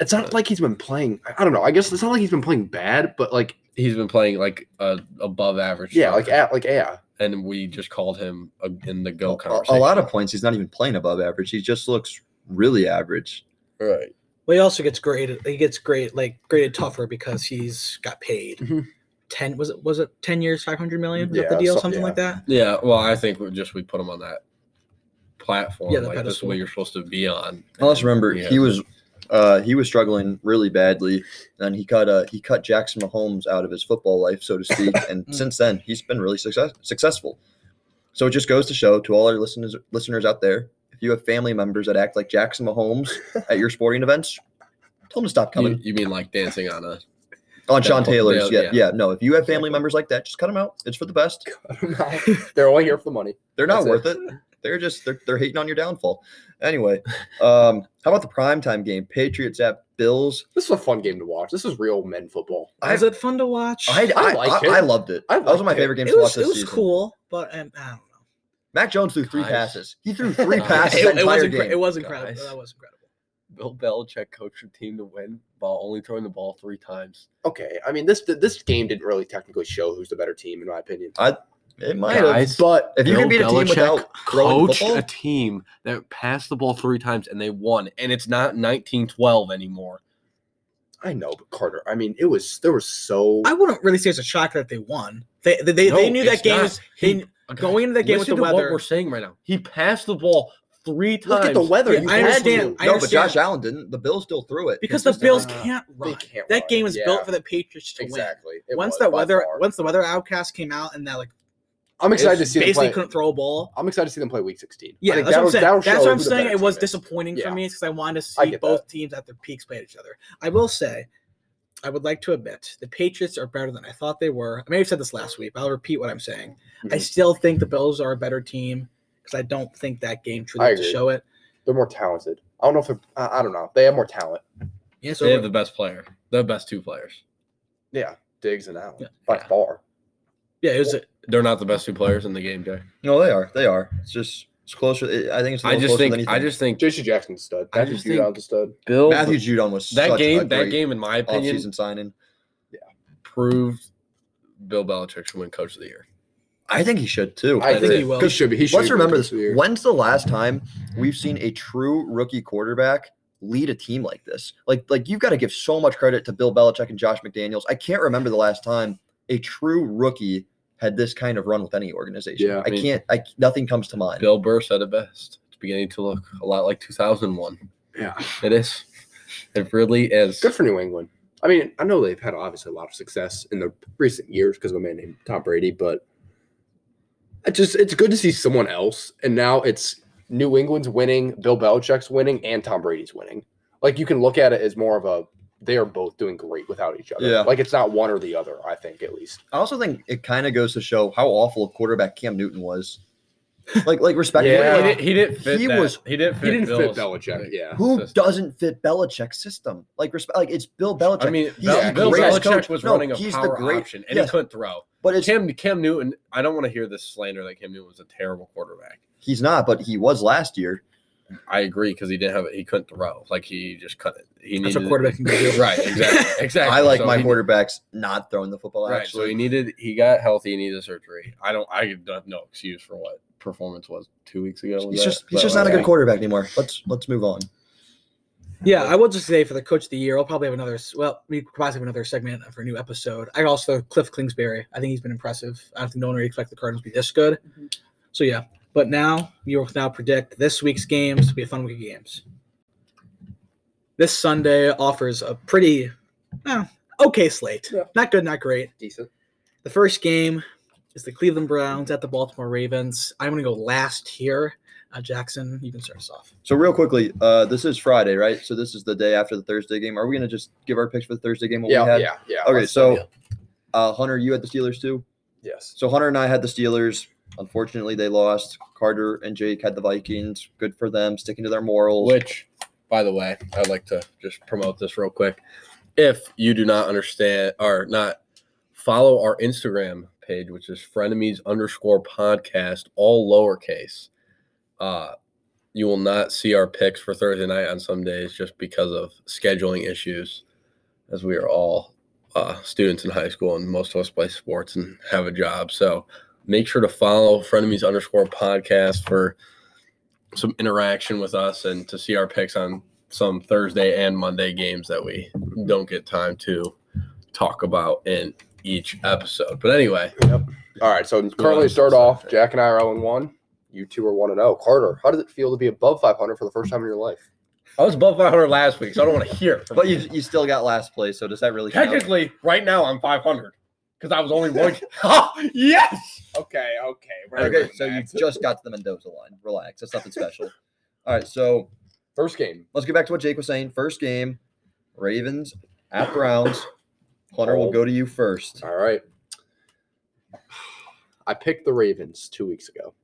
It's not like he's been playing. I- I don't know. I guess it's not like he's been playing bad, but like He's been playing like a above average. yeah, stuff, like at like yeah. [laughs] and we just called him a, in the A, go a- conversation. a lot of points, he's not even playing above average. He just looks really average. right. Well, he also gets graded. He gets great, like graded tougher because he's got paid. Mhm. Ten was it? Was it ten years, five hundred million? Was that the Yeah, deal? so- something like that. Yeah. Well, I think we just we put him on that platform. Yeah, the like this is pedestal. what you're supposed to be on. Unless remember Yeah. he was uh, he was struggling really badly, and he cut uh, he cut Jackson Mahomes out of his football life, so to [laughs] speak. And Mm. since then, he's been really success- successful. So it just goes to show to all our listeners listeners out there, if you have family members that act like Jackson Mahomes at your sporting events, tell them to stop coming. You, you mean like dancing on a? On Sean Yeah, Taylor's, yeah, yeah. yeah, No, if you have family members like that, just cut them out. It's for the best. They're only here for the money. They're not That's worth it. They're just they're, they're hating on your downfall. Anyway, um, how about the primetime game? Patriots at Bills. This is a fun game to watch. This is real men football. I- was it fun to watch? I, I I, like I, it. I loved it. I that was one of my liked it. favorite games it to was watch it this was season. cool, but um, I don't know. Mac Jones threw three Guys. passes. He threw three Guys. passes. It- that it was entire incre- game. It was incredible. guys. That was incredible. Bill Belichick coached your team to win while only throwing the ball three times. Okay, I mean this this game didn't really technically show who's the better team in my opinion. It might have. But If you Bill can beat a team Belichick without throwing coached football, a team that passed the ball three times and they won, and it's not 1912 anymore. I know, but Carter. I mean, it was there was so I wouldn't really say it's a shock that they won. They they, they, they No, knew that it's game not. was He- they- going into that game with Listen the to weather. What we're saying right now, he passed the ball three times. look at the weather. Yeah, you I had understand. to. I no, but understand. Josh Allen didn't. The Bills still threw it because the Bills consistent. can't run. can't that run, game was built yeah. for the Patriots to win. exactly. It once was that by weather, far. once the weather outcast came out, and that like I'm excited to see them basically play. couldn't throw a ball. I'm excited to see them play Week 16. I Yeah, think that's what I'm that'll- saying. that'll That's show what I'm who the saying. better It was team is. disappointing for Yeah. me because I wanted to I see get both teams at their peaks play each other. I will say, I would like to admit the Patriots are better than I thought they were. I may have said this last week, but I'll repeat what I'm saying. I Mhm. still think the Bills are a better team because I don't think that game truly I to agree. show it. They're more talented. I don't know if they're, I, I don't know. They have more talent. Yeah, so they have the best player, the best two players. Yeah, Diggs and Allen Yeah. by Yeah. far. yeah, it was. A, They're not the best two players in the game, Jay. No, they are. They are. It's just it's closer. It, I think it's. A I little just closer than think. you I just think J.C. Jackson's a stud. I Matthew just think- Judon's a stud. Bill Matthew Judon was that such game. A that great game, in my opinion, offseason signing. proved Bill Belichick should win Coach of the Year. I think he should too. I, I think did. he Well, he should be. He should Let's be remember coach this. of the year. When's the last time we've seen a true rookie quarterback lead a team like this? Like, like you've got to give so much credit to Bill Belichick and Josh McDaniels. I can't remember the last time a true rookie had this kind of run with any organization. Yeah, I I, mean- can't. I nothing comes to mind. Bill Burr said it best. It's beginning to look a lot like 2001. Yeah. It is. It really is. Good for New England. I mean, I know they've had obviously a lot of success in the recent years because of a man named Tom Brady, but it just it's good to see someone else. And now it's New England's winning, Bill Belichick's winning, and Tom Brady's winning. Like you can look at it as more of a they are both doing great without each other. Yeah. Like it's not one or the other, I think at least. I also think it kind of goes to show how awful a quarterback Cam Newton was. Like, like respectfully, Yeah. like, He, did, he didn't fit. He that. was- He didn't fit. He didn't fit Bill's- Belichick, yeah. who system. doesn't fit Belichick's system? Like, respect. Like, it's Bill Belichick. I mean, He's Bel- the Bill greatest Belichick coach. was No, running a he's the power great- option, and yes. he couldn't throw. but it's Cam Cam Newton. I don't want to hear this slander that Cam Newton was a terrible quarterback. he's not, but he was last year. I agree because he didn't have. He couldn't throw. Like he just couldn't. He that's needed what [laughs] quarterback can do. [laughs] Right. Exactly. Exactly. I like So my he- quarterbacks not throwing the football. Right. So actually, he needed. He got healthy. He needed surgery. I don't. I have no excuse for what performance was two weeks ago. was he's that? just he's But, just not a like, good quarterback anymore. Let's let's move on. Yeah, I will just say for the coach of the year, I'll probably have another. s- Well, we could possibly have another segment for a new episode. I also Cliff Kingsbury. I think he's been impressive. I don't think no one really expected the Cardinals to be this good. So yeah, but now you will now predict this week's games to be a fun week of games. This Sunday offers a pretty, eh, okay slate. Yeah. Not good, not great. [laughs] Decent. The first game is the Cleveland Browns at the Baltimore Ravens. I'm going to go last here. Uh, Jackson, you can start us off. So real quickly, uh, this is Friday, right? So this is the day after the Thursday game. Are we gonna just give our picks for the Thursday game? What Yeah, we had? yeah, yeah. Okay, let's do so it. uh, Hunter, you had the Steelers too. yes, So Hunter and I had the Steelers. Unfortunately, they lost. Carter and Jake had the Vikings. Good for them, sticking to their morals. Which, by the way, I'd like to just promote this real quick. If you do not understand or not follow our Instagram page, which is frenemies underscore podcast, all lowercase, uh, you will not see our picks for Thursday night on some days just because of scheduling issues, as we are all uh, students in high school and most of us play sports and have a job. So make sure to follow frenemies underscore podcast for some interaction with us and to see our picks on some Thursday and Monday games that we don't get time to talk about in each episode. But anyway, All right, so currently Yeah. start off. Jack and I are 0 and 1. You two are 1 and 0. Carter, how does it feel to be above 500 for the first time in your life? I was above 500 last week, so I don't want to hear. it. But you you still got last place, so does that really count? technically, right now I'm 500 because I was only [laughs] one. oh, yes. Okay, okay. Okay, so you just got to the Mendoza line. Relax. That's nothing special. All right, so First game. let's get back to what Jake was saying. First game, Ravens at Browns. Hunter, we'll go to you first. All right. I picked the Ravens two weeks ago.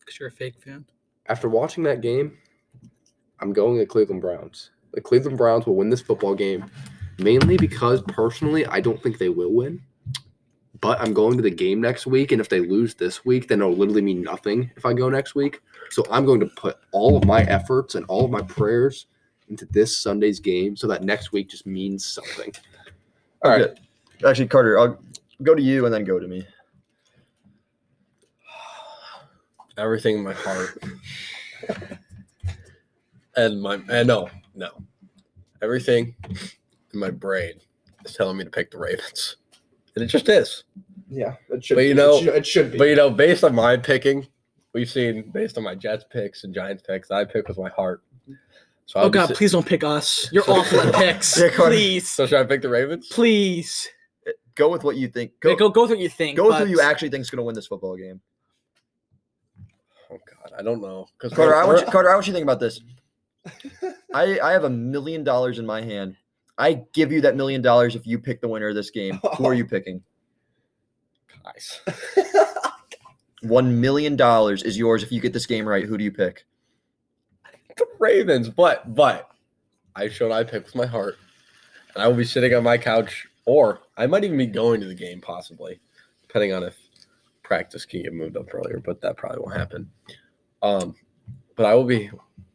Because you're a fake fan. After watching that game, I'm going the Cleveland Browns. The Cleveland Browns will win this football game, mainly because personally, I don't think they will win. But I'm going to the game next week, and if they lose this week, then it'll literally mean nothing if I go next week. So I'm going to put all of my efforts and all of my prayers into this Sunday's game so that next week just means something. All right. Okay. Actually, Carter, I'll go to you and then go to me. Everything in my heart. and my and no, no. Everything in my brain is telling me to pick the Ravens. And it just is. Yeah, it should. But you know- should, should But you know, based on my picking, we've seen based on my Jets picks and Giants picks, I pick with my heart. So Oh I'll be God, si- please don't pick us. You're awful [laughs] at picks. Yeah, Carter. please, So should I pick the Ravens? please. Go with what you think. Go, Go, go, go through what you think. go with but who you actually think is going to win this football game. Oh God, I don't know. Because Carter, I want you, Carter, I want you to think about this. I I have a million dollars in my hand. I give you that million dollars if you pick the winner of this game. Who are you picking? [laughs] guys. One million dollars is yours if you get this game right. Who do you pick? the Ravens, but but I showed I pick with my heart, and I will be sitting on my couch, or I might even be going to the game possibly, depending on if practice can get moved up earlier. But that probably won't happen. Um, but I will be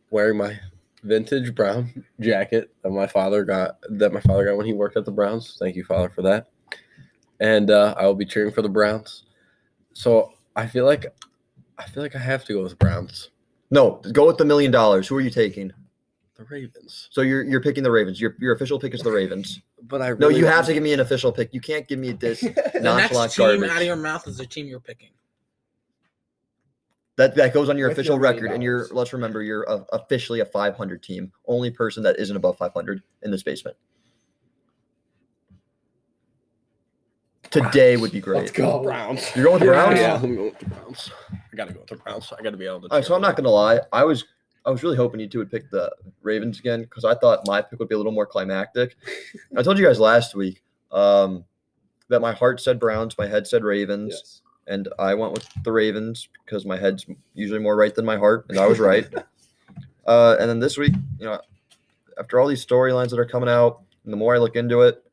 wearing my vintage brown jacket that my father got that my father got when he worked at the Browns. Thank you, father, for that. And uh, I will be cheering for the Browns. So I feel like I feel like I have to go with Browns, No, go with the million dollars. Who are you taking? the Ravens. So you're you're picking the Ravens. Your your official pick is the Ravens. But I No, really you have to give me an official pick. You can't give [laughs] me this The next nonchalant team out of garbage. your mouth is the team you're picking. That that goes on your With official your million record, and you're dollars. let's remember you're uh officially a 500 team. Only person that isn't above 500 in this basement. Today would be great. Let's go. Browns. You're going with the Browns. Yeah, I'm going with the Browns. I gotta go with the Browns. I gotta be able to. All right, so cheer. I'm not gonna lie. I was I was really hoping you two would pick the Ravens again because I thought my pick would be a little more climactic. I told you guys last week um, that my heart said Browns, my head said Ravens, Yes. and I went with the Ravens because my head's usually more right than my heart, and I was right. uh, and then this week, you know, after all these storylines that are coming out, and the more I look into it,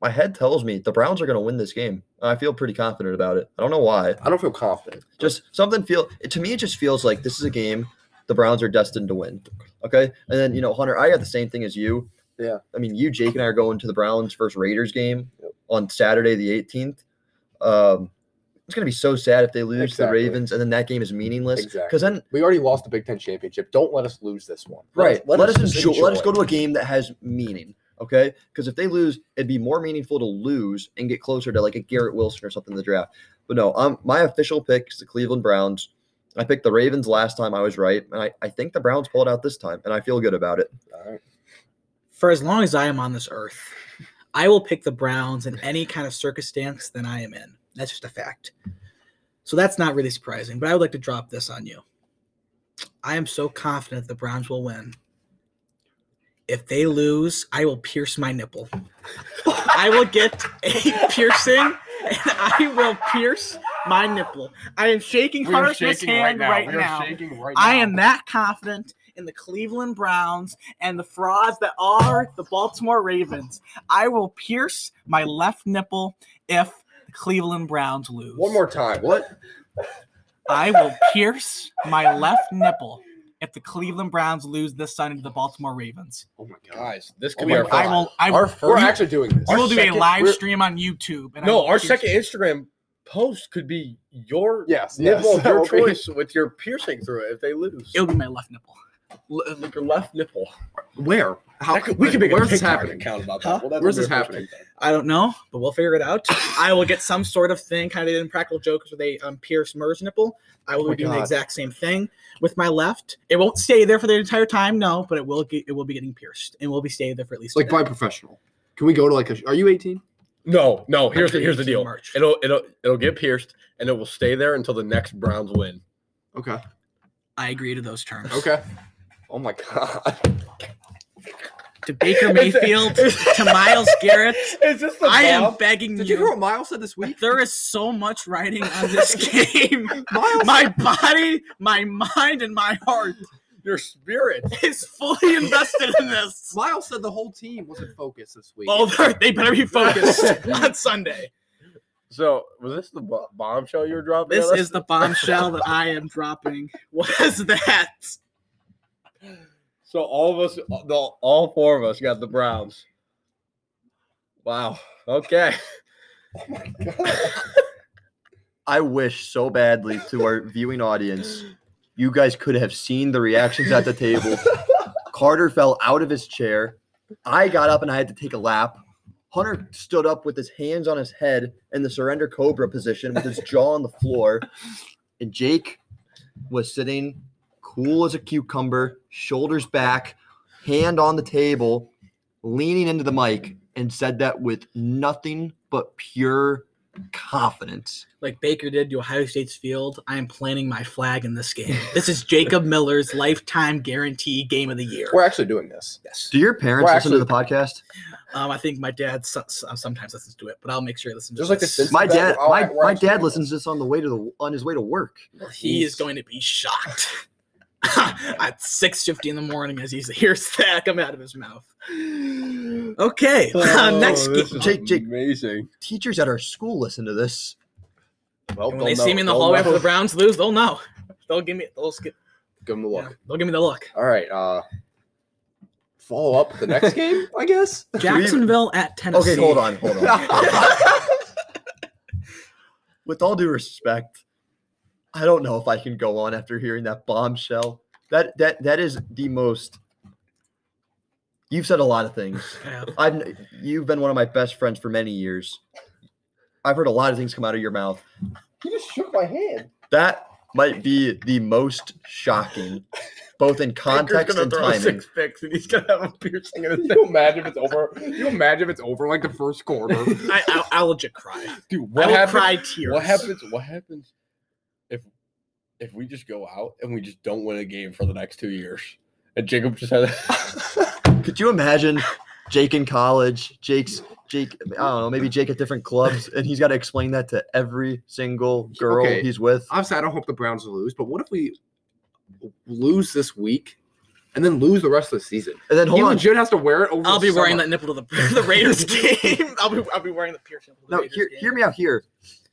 my head tells me the Browns are gonna win this game. I feel pretty confident about it. I don't know why I don't feel confident. just something feel to me it just feels like this is a game the browns are destined to win okay and then you know hunter i got the same thing as you Yeah. i mean you jake and i are going to the browns versus raiders game Yep. on saturday the 18th um it's going to be so sad if they lose to the Exactly. ravens and then that game is meaningless Exactly. because then We already lost the Big Ten championship. Don't let us lose this one. Let right us- let, us just enjoy, let us go to a game that has meaning okay because if they lose it'd be more meaningful to lose and get closer to like a garrett wilson or something in the draft but no um, my official pick is the cleveland browns i picked the ravens last time i was right and I, I think the browns pulled out this time and i feel good about it All right. For as long as I am on this earth, I will pick the Browns in any kind of circumstance that I am in. That's just a fact. So that's not really surprising. But I would like to drop this on you. I am so confident the Browns will win. If they lose, I will pierce my nipple. I will get a [laughs] piercing and I will pierce my nipple. I am shaking hard this hand right now. shaking right I am that confident in the Cleveland Browns and the frauds that are the Baltimore Ravens. I will pierce my left nipple if the Cleveland Browns lose. One more time. What? I will pierce my left nipple if the Cleveland Browns lose this Sunday to the Baltimore Ravens. Oh my god. Guys, this Oh could my be our God. first. I will. I our will. first, We're actually doing this. We will our do a second- live we're- stream on YouTube. I no, will our pierce- second Instagram post could be your Yes. yes. [laughs] nipple of your That'll be- choice with your piercing through it if they lose. It'll be my left nipple. L- like your left nipple. Where? How? That could- we can make a where's this TikTok happening? Account about Huh? that. Well, that's Where's a this weird happening? first TikTok. I don't know, but we'll figure it out. I will get some sort of thing, kind of in Practical Jokers, where they um, pierce Murr's nipple. I will Oh my be doing the God. exact same thing with my left. It won't stay there for the entire time, no, but it will. Get, it will be getting pierced, and will be staying there for at least. Like a by day. professional. Can we go to like a? Are you 18? No, no. Here's the here's the Too deal. much. It'll it'll it'll get pierced and it will stay there until the next Browns win. Okay. I agree to those terms. Okay. Oh my god. [laughs] To Baker It's- Mayfield, it's- to Miles Garrett, Is this the I am Bob? begging Did you. you hear what Miles said this [laughs] week? there is so much writing on this game. Miles. My body, my mind, and my heart your spirit? is fully invested in this. Miles said the whole team wasn't focused this week. Oh, they're- they better be [laughs] focused on Sunday. So was this the bo- bombshell you were dropping? [laughs] This on us? is the bombshell that I am [laughs] dropping. What is that? so all of us, the, all four of us got the Browns. Wow. Okay. I wish so badly to our viewing audience, you guys could have seen the reactions at the table. Carter fell out of his chair. I got up and I had to take a lap. Hunter stood up with his hands on his head in the surrender cobra position with his jaw on the floor. And Jake was sitting cool as a cucumber, shoulders back, hand on the table, leaning into the mic, and said that with nothing but pure confidence. Like Baker did to Ohio State's field, I am planting my flag in this game. This is Jacob Miller's lifetime guarantee game of the year. We're actually doing this. Yes. Do your parents Well, listen to the podcast? Um, I think my dad so- so- sometimes listens to it, but I'll make sure he listens to There's like this. this- My That- dad, oh, my, I- we're my actually dad doing listens to this on the way to the on his way to work. he is going to be shocked [laughs] at 6.50 in the morning as he hears that come out of his [sighs] mouth. Okay, [laughs] uh, Oh, next game. Oh, this is Jake, Jake. Amazing. Teachers at our school listen to this. Well, And when they they'll see know. me in the They'll hallway know. after the Browns lose, they'll know. They'll give me. They'll skip. Give him the yeah, look. they'll give me the look. All right. Uh, follow up with the [laughs] next game, I [laughs] guess. [laughs] Jacksonville at Tennessee. Okay, hold on, hold [laughs] on. With all due respect, I don't know if I can go on after hearing that bombshell. That that that is the most. You've said a lot of things. Yeah. I've you've been one of my best friends for many years. I've heard a lot of things come out of your mouth. he just shook my hand. That might be the most shocking, both in Baker's context gonna and throw timing. six picks and he's gonna have a piercing in his Can you imagine if it's over? Can you imagine if it's over like the first quarter? I, I, I'll legit cry. Dude, I what will happened? cry tears. What happens? What happens if if we just go out and we just don't win a game for the next two years? And Jacob just had. Could you imagine Jake in college? Jake's Jake, I don't know, maybe Jake at different clubs, and he's got to explain that to every single girl Okay. he's with. Obviously, I don't hope the Browns will lose, but what if we lose this week and then lose the rest of the season? And then hold he on, legit has to wear it over. I'll the be wearing summer. that nipple to the, the [laughs] Raiders game. [laughs] I'll be I'll be wearing the piercing. to the no, Raiders hear, game. hear me out here.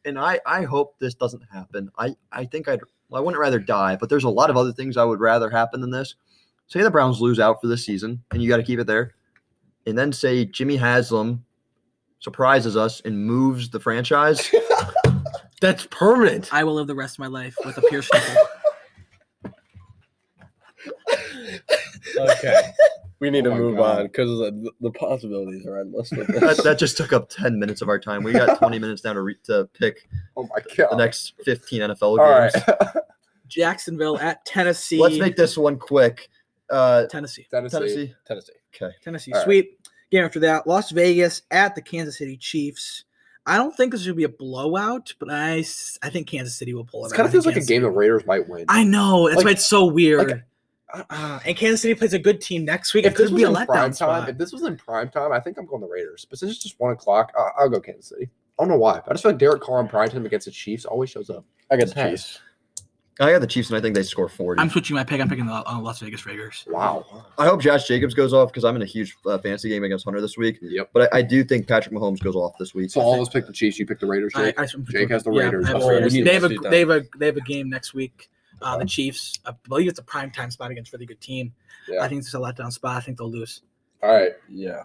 And I, I hope this doesn't happen. I, I think I'd, I wouldn't rather die, but there's a lot of other things I would rather happen than this. Say the Browns lose out for this season, and you got to keep it there. And then say Jimmy Haslam surprises us and moves [laughs] the franchise. That's permanent. I will live the rest of my life with a pierced nipple. [laughs] Okay. We need Oh to my move God. on because the, the possibilities are endless. With that, this. that just took up 10 minutes of our time. We got 20 minutes now to, re- to pick [laughs] Oh my the god! next 15 NFL All right. games. [laughs] Jacksonville at Tennessee. Let's make this one quick. Uh, Tennessee. Tennessee. Tennessee. Tennessee. Okay. Tennessee All right. sweep. Game after that, Las Vegas at the Kansas City Chiefs. I don't think this should be a blowout, but I, s- I think Kansas City will pull it. It out. kind I of think feels like a Kansas- game the Raiders might win. I know that's Like- why it's so weird. like, uh, and Kansas City plays a good team next week. if it this could was be a in prime letdown time, spot. if this was in prime time, I think I'm going the Raiders. But since it's just one o'clock, I- I'll go Kansas City. I don't know why. I just feel like Derek Carr in prime time against the Chiefs always shows up. I got the Pass. Chiefs. I got the Chiefs, and I think they score 40. I'm switching my pick. I'm picking the uh, Las Vegas Raiders. Wow. I hope Josh Jacobs goes off because I'm in a huge uh, fantasy game against Hunter this week. Yep. But I, I do think Patrick Mahomes goes off this week. So all of us picked the Chiefs. You picked the Raiders. I- Jake? I- Jake has the yeah, Raiders. I have Oh, the Raiders. we need They have a Leslie down. they have a they have a game next week. Uh, the Chiefs. I believe it's a prime time spot against a really good team. Yeah. I think it's a letdown spot. I think they'll lose. All right. Yeah.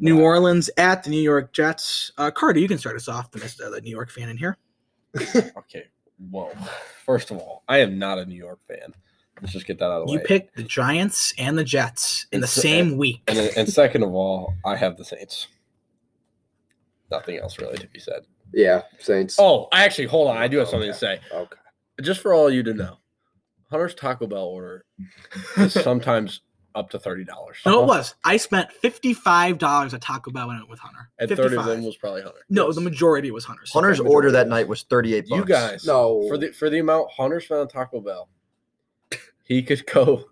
New Orleans at the New York Jets. Uh, Carter, you can start us off. The, Mr. the New York fan in here. Uh, Okay. Whoa. First of all, I am not a New York fan. Let's just get that out of the You way. picked the Giants and the Jets in And the so- same week. and, then- and second of all, I have the Saints. Nothing else really to be said. Yeah. Saints. Oh, I actually hold on. I do have something to say. Okay. Just for all you to know, Hunter's Taco Bell order [laughs] is sometimes up to thirty dollars. No, it was. I spent fifty-five dollars at Taco Bell when I went with Hunter. and thirty of them was probably Hunter. no, Yes. the majority was Hunter's. Hunter's Majority. order that night was 38 bucks. you guys No. for the for the amount Hunter spent on Taco Bell, he could go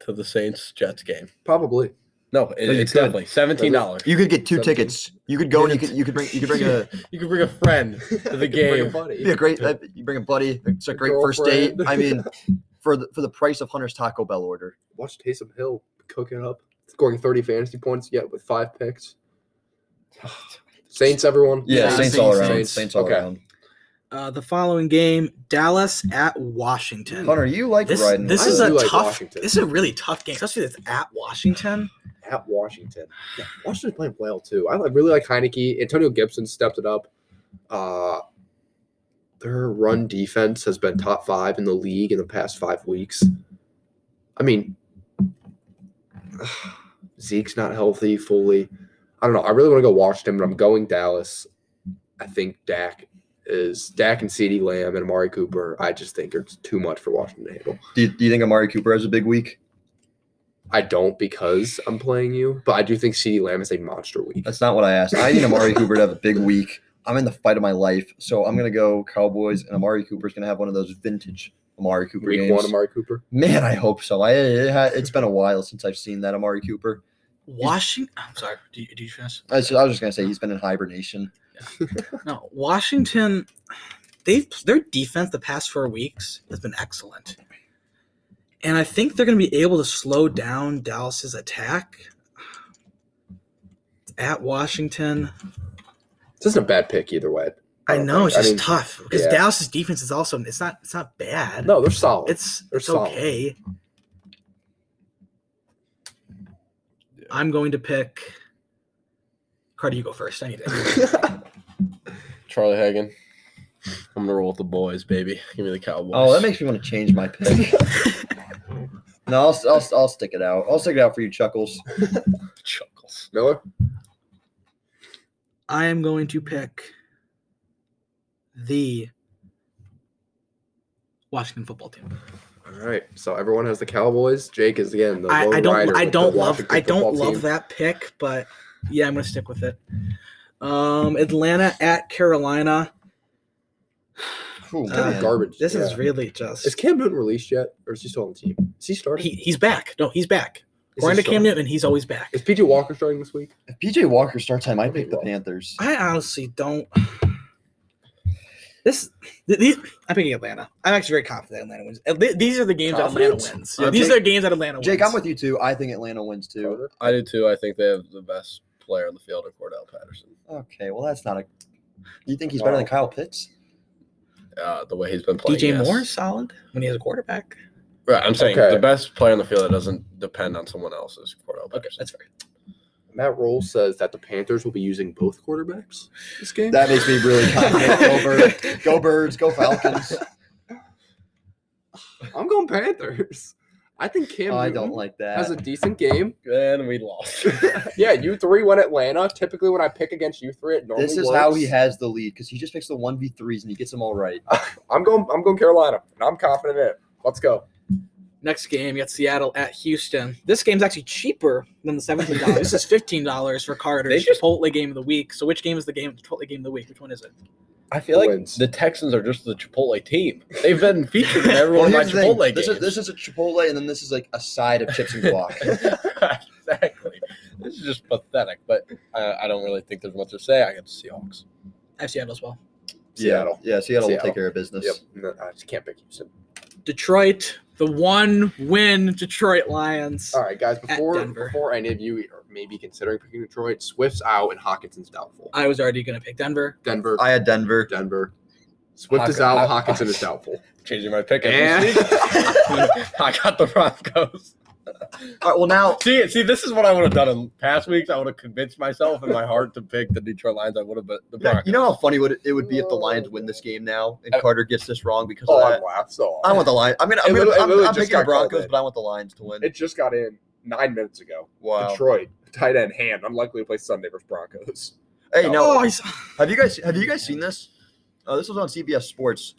to the Saints Jets game. Probably. No, it, you it's could. definitely seventeen dollars. You could get two Seventeen. tickets. You could go and you could you could bring you could bring a You could bring a [laughs] friend to the [laughs] Bring a game. buddy. be a great uh, you bring a buddy. It's a great first date. I mean, for the for the price of Hunter's Taco Bell order, Watch Taysom Hill cook it up, scoring 30 fantasy points yet with five [sighs] picks. Saints, everyone. Yeah, Yeah, Saints all Saints, around. Saints. Saints, all Okay. around. Uh, the following game: Dallas at Washington. Hunter, you like this, riding. this I is do a like tough. Washington. This is a really tough game, especially if it's at Washington. At Washington. Yeah, Washington's playing well, too. I li- really like Heineke. Antonio Gibson stepped it up. Uh, their run defense has been top five in the league in the past five weeks. I mean, [sighs] Zeke's not healthy fully. I don't know. I really want to go Washington, but I'm going Dallas. I think Dak is Dak and CeeDee Lamb and Amari Cooper. I just think are too much for Washington to handle. do, you, do you think Amari Cooper has a big week? I don't because I'm playing you, but I do think CeeDee Lamb is a monster week. That's not what I asked. I need Amari Cooper to have a big week. I'm in the fight of my life, so I'm gonna go Cowboys, and Amari Cooper's gonna have one of those vintage Amari Cooper Week games. one, Amari Cooper. Man, I hope so. I it ha, it's been a while since I've seen that Amari Cooper. Washington. I'm sorry. Do you, do you finish? I was, just, I was just gonna say he's been in hibernation. No, Washington. They've their defense the past four weeks has been excellent, and I think they're going to be able to slow down Dallas's attack. At Washington, This isn't a bad pick either way. I don't know think- it's I just mean, tough because yeah. Dallas's defense is also it's not it's not bad. No, they're solid. it's they're it's solid. okay. Yeah. I'm going to pick. Carter, you go first. I need to. Charlie Hagan. I'm gonna roll with the boys, baby. Give me the Cowboys. Oh, that makes me want to change [laughs] my pick. no, I'll, I'll I'll stick it out. I'll stick it out for you, Chuckles. chuckles. [laughs] Miller. I am going to pick the Washington football team. All right. So everyone has the Cowboys. Jake is again the I, lone I rider don't I with the don't love Washington I don't football love team. that pick, but yeah, I'm gonna stick with it. Um Atlanta at Carolina. Cool, Uh, Kind of garbage. This is Yeah. really Is just Cam Newton released yet, or is he still on the team? Is he starting? he, he's back. No, he's back. Is According he to Cam starting? Newton, he's always back. Is PJ Walker starting this week? If PJ Walker starts, I might pick the Panthers. I honestly don't this th- these, I'm picking Atlanta. I'm actually very confident Atlanta wins. At le- These are the games that Confidence? Atlanta wins. Yeah, these Jake- are the games that Atlanta Jake, wins. I'm with you too. I think Atlanta wins too. Carter? I do too. I think they have the best player on the field, in Cordell Patterson. Okay, well that's not a. Do you think he's better than Wow. Kyle Pitts? Uh, the way he's been playing. DJ yes. Moore is solid when he has a quarterback. Right, I'm saying Okay. the best player on the field that doesn't depend on someone else is Cordell Patterson. that's fair. Matt Roll says that the Panthers will be using both quarterbacks this game. That makes me really confident. [laughs] go, Bird, go Birds, go Falcons. I'm going Panthers. I think Cam Oh, I Newton don't like that. has a decent game. And we lost. [laughs] yeah, you three went Atlanta. Typically, when I pick against you three, it normally This is how he works. has the lead because he just picks the one v threes and he gets them all right. I'm going. I'm going Carolina, and I'm confident in it. Let's go. Next game, you got Seattle at Houston. This game's actually cheaper than the seventeen dollars. this is fifteen dollars for Carter's They just- Chipotle game of the week. So which game is the game Chipotle game of the week? Which one is it? I feel like Wins. the Texans are just the Chipotle team. They've been featured in [laughs] every Well, one of my here's the thing. Chipotle This games. is this is a Chipotle, and then this is like a side of chips and [laughs] guac. [laughs] exactly. This is just pathetic, but I, I don't really think there's much to say. I got the Seahawks. I have Seattle as well. Seattle. Yeah, yeah Seattle, will Seattle. take care of business. Yep. No, I just can't pick Houston. Detroit, the one win Detroit Lions. All right, guys. Before Denver. before any of you are maybe considering picking Detroit, Swift's out and Hawkinson's doubtful. I was already gonna pick Denver. Denver, I had Denver. [laughs] Denver. Swift is Hawk- out. I- Hawkinson is doubtful. Changing my pick. And- as we [laughs] speak. I got the Broncos. All right, well now See, see, this is what I would have done in past weeks. I would have convinced myself in my heart to pick the Detroit Lions. I would have, but the Yeah, Broncos. you know how funny would it, it would be if the Lions win this game now and Uh, Carter gets this wrong because Oh, of I'm that. laughed so. I want the Lions. I mean, It I'm, gonna, literally- it I'm, literally I'm just picking the got called Broncos, in. but I want the Lions to win. It just got in nine minutes ago. wow. Detroit tight end hand. I'm likely to play Sunday versus Broncos. Hey, Oh, now I s- have you Mm-hmm. guys have you guys seen this? Uh, this was on CBS Sports.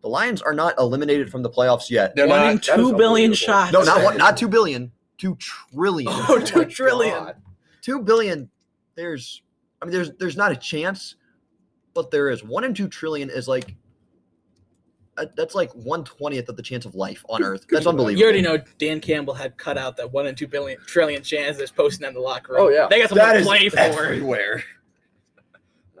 The Lions are not eliminated from the playoffs yet. They're one not- in that is two billion unbelievable. shots. No, not one, not two billion, two trillion. [laughs] Oh, two my trillion. God. two billion there's i mean there's there's not a chance but there is one in two trillion is like uh, that's like 120th of the chance of life on earth that's unbelievable You already know Dan Campbell had cut out that one in two billion trillion chance that's posting in the locker room. Oh, yeah. they got something That to is play for. everywhere.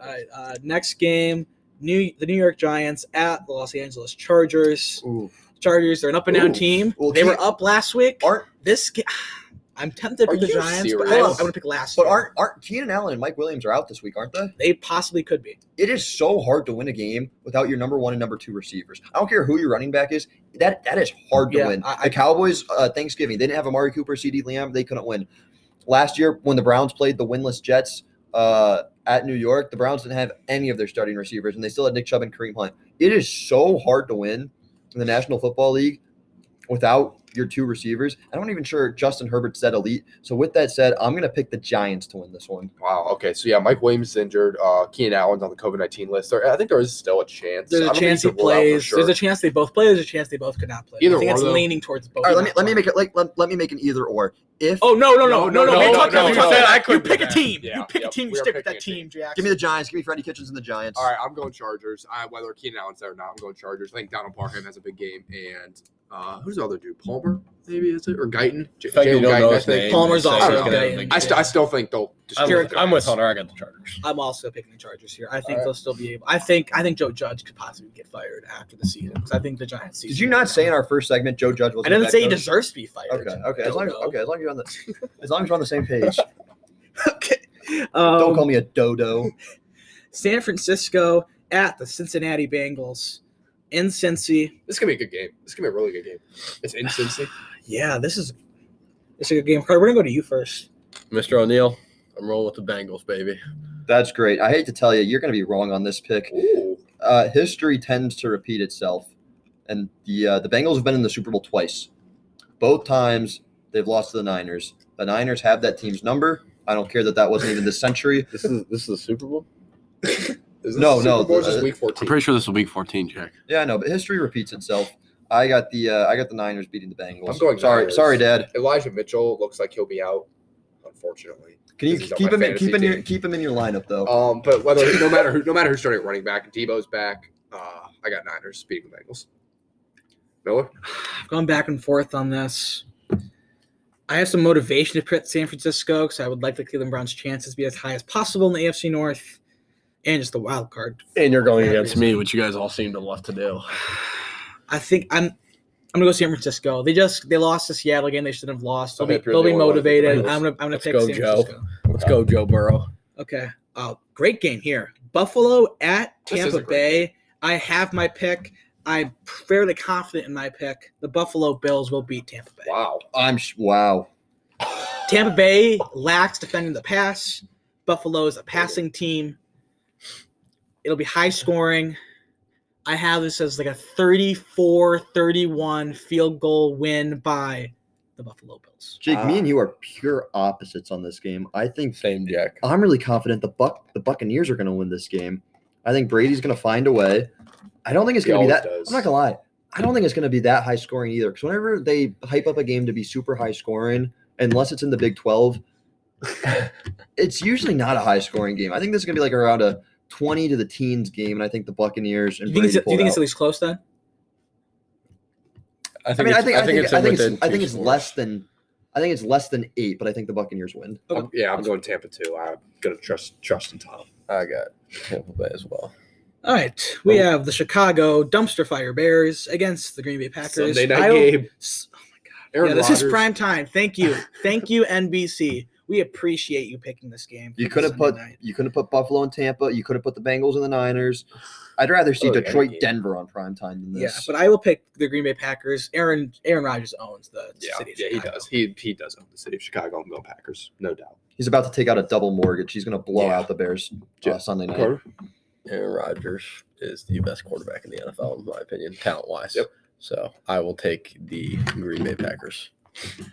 All right, uh, next game, New the New York Giants at the Los Angeles Chargers. Ooh. Chargers, they're an up and down Ooh. team. Well, they can- were up last week. aren't this game, [sighs] I'm tempted Are for the you Giants, but I, serious? would- I would pick last. but year. aren't aren't keenan allen and mike williams are out this week aren't they they possibly could be? it is so hard to win a game without your number one and number two receivers i don't care who your running back is that that is hard to Yeah, win I- I- the cowboys uh, thanksgiving they didn't have amari cooper cd lamb they couldn't win last year when the browns played the winless jets uh, at New York, the Browns didn't have any of their starting receivers, and they still had Nick Chubb and Kareem Hunt. It is so hard to win in the National Football League without your two receivers. I'm not even sure Justin Herbert said elite. So with that said, I'm gonna pick the Giants to win this one. Wow. Okay. So yeah, Mike Williams is injured. Uh, Keenan Allen's on the COVID nineteen list. There, I think there is still a chance. There's I a don't think chance you he can rule out for plays. sure. There's a chance they both play. There's a chance they both could not play. Either I think or, it's though. leaning towards both. All right, let not me let me playing. make it like let, let me make an either or. If Oh no no no No, no no! no, we no, talked no, about- we no, talked about- no. I couldn't do You pick a that. team. Yeah, you pick yeah, a team. we You were stick with picking that a team. team, Jack. give me the Giants, give me Freddie Kitchens and the Giants. All right, I'm going Chargers. I whether Keenan Allen's there or not, I'm going Chargers. I think Donald Parham has a big game, and uh, who's the other dude? Palmer, maybe is it or Guyton? J- If I Jalen don't know Guyton, I his think. name, Palmer's say also he's I don't gonna know. have a big I, I'm- st- I still think they'll I'm destroy. with, the I'm with Giants. Hunter. I got the Chargers. I'm also picking the Chargers here. I think Alright. they'll still be able. I think I think Joe Judge could possibly get fired after the season because I think the Giants. Season Did you not say in our first segment Joe Judge was? I didn't say he deserves to be fired. Okay, okay. As long as, Dodo. [laughs] okay, as long as you're on the as long as you're on the same page. Um, Don't call me a dodo. San Francisco at the Cincinnati Bengals in Cincy. This is gonna be a good game. This is gonna be a really good game. It's in Cincy. Yeah, this is this is a good game. Card, we're gonna go to you first. Mr. O'Neill, I'm rolling with the Bengals, baby. That's great. I hate to tell you, you're going to be wrong on this pick. Ooh. Uh, history tends to repeat itself, and the uh, the Bengals have been in the Super Bowl twice. Both times they've lost to the Niners. The Niners have that team's number. I don't care that that wasn't even this century. This is this is the Super Bowl. Is this No, Super no, Bowl or is the- this week 14. I'm pretty sure this will be 14, Jack. Yeah, I know, but history repeats itself. I got the uh, I got the Niners beating the Bengals. I'm going sorry, Niners. sorry, Dad. Elijah Mitchell looks like he'll be out, unfortunately. Can you This is on keep my him in, keep fantasy in your team. keep him in your lineup though? Um, but whether no matter who, no matter who's starting at running back, Debo's back. Uh, I got Niners beating the Bengals. Miller, I've gone back and forth on this. I have some motivation to pick San Francisco because I would like the Cleveland Browns' chances to be as high as possible in the AFC North, and just the wild card And you're going Yeah, Uh, against me, which you guys all seem to love to do. I think I'm. I'm gonna go San Francisco. They just they lost to Seattle again. They shouldn't have lost. They'll I'm be happy they'll they be won one of the motivated. finals. I'm gonna I'm gonna Let's pick go, San Joe. Francisco. Let's go, Joe Burrow. Okay. Oh, great game here. Buffalo at This is Tampa a great Bay. I have my pick. I'm fairly confident in my pick. The Buffalo Bills will beat Tampa Bay. wow. I'm sh- wow. Tampa Bay lacks defending the pass. Buffalo is a passing team. It'll be high scoring. I have this as like a 34 31 field goal win by the Buffalo Bills. Jake, Ah. me and you are pure opposites on this game. I think Same, Jack. I'm really confident the Buck the Buccaneers are going to win this game. I think Brady's going to find a way. I don't think it's He going to be always that. does. I'm not going to lie. I don't think it's going to be that high scoring either. Because whenever they hype up a game to be super high scoring, unless it's in the Big [laughs] 12, it's usually not a high scoring game. I think this is going to be like around a 20 to the teens game. And I think the Buccaneers and You think, it's, Brady you pulled think it's out. at least close then? I think I mean, I it's- think I think it's I think within it's, I two think it's scores. less than I think it's less than eight, but I think the Buccaneers win. I'm- yeah, I'm going Tampa too. I'm gonna trust trust in Tom. I got Tampa Bay as well. All right, we Oh. have the Chicago Dumpster Fire Bears against the Green Bay Packers. Sunday night I don't- game. S- Aaron yeah, this is Rodgers. prime time. Thank you, thank you, NBC. We appreciate you picking this game. You for could have Sunday put night. you could have put Buffalo and Tampa. You could have put the Bengals and the Niners. I'd rather see Oh, yeah, any Detroit game. Denver on prime time than Yeah, this. but I will pick the Green Bay Packers. Aaron Aaron Rodgers owns the Yeah, city. of yeah, he Chicago. does. He he does own the city of Chicago. I'm going Packers, no doubt. He's about to take out a double mortgage. He's going to blow Yeah. out the Bears Yeah. uh, Sunday night. Carter? Aaron Rodgers is the best quarterback in the NFL, in my opinion, talent wise. Yep. So I will take the Green Bay Packers.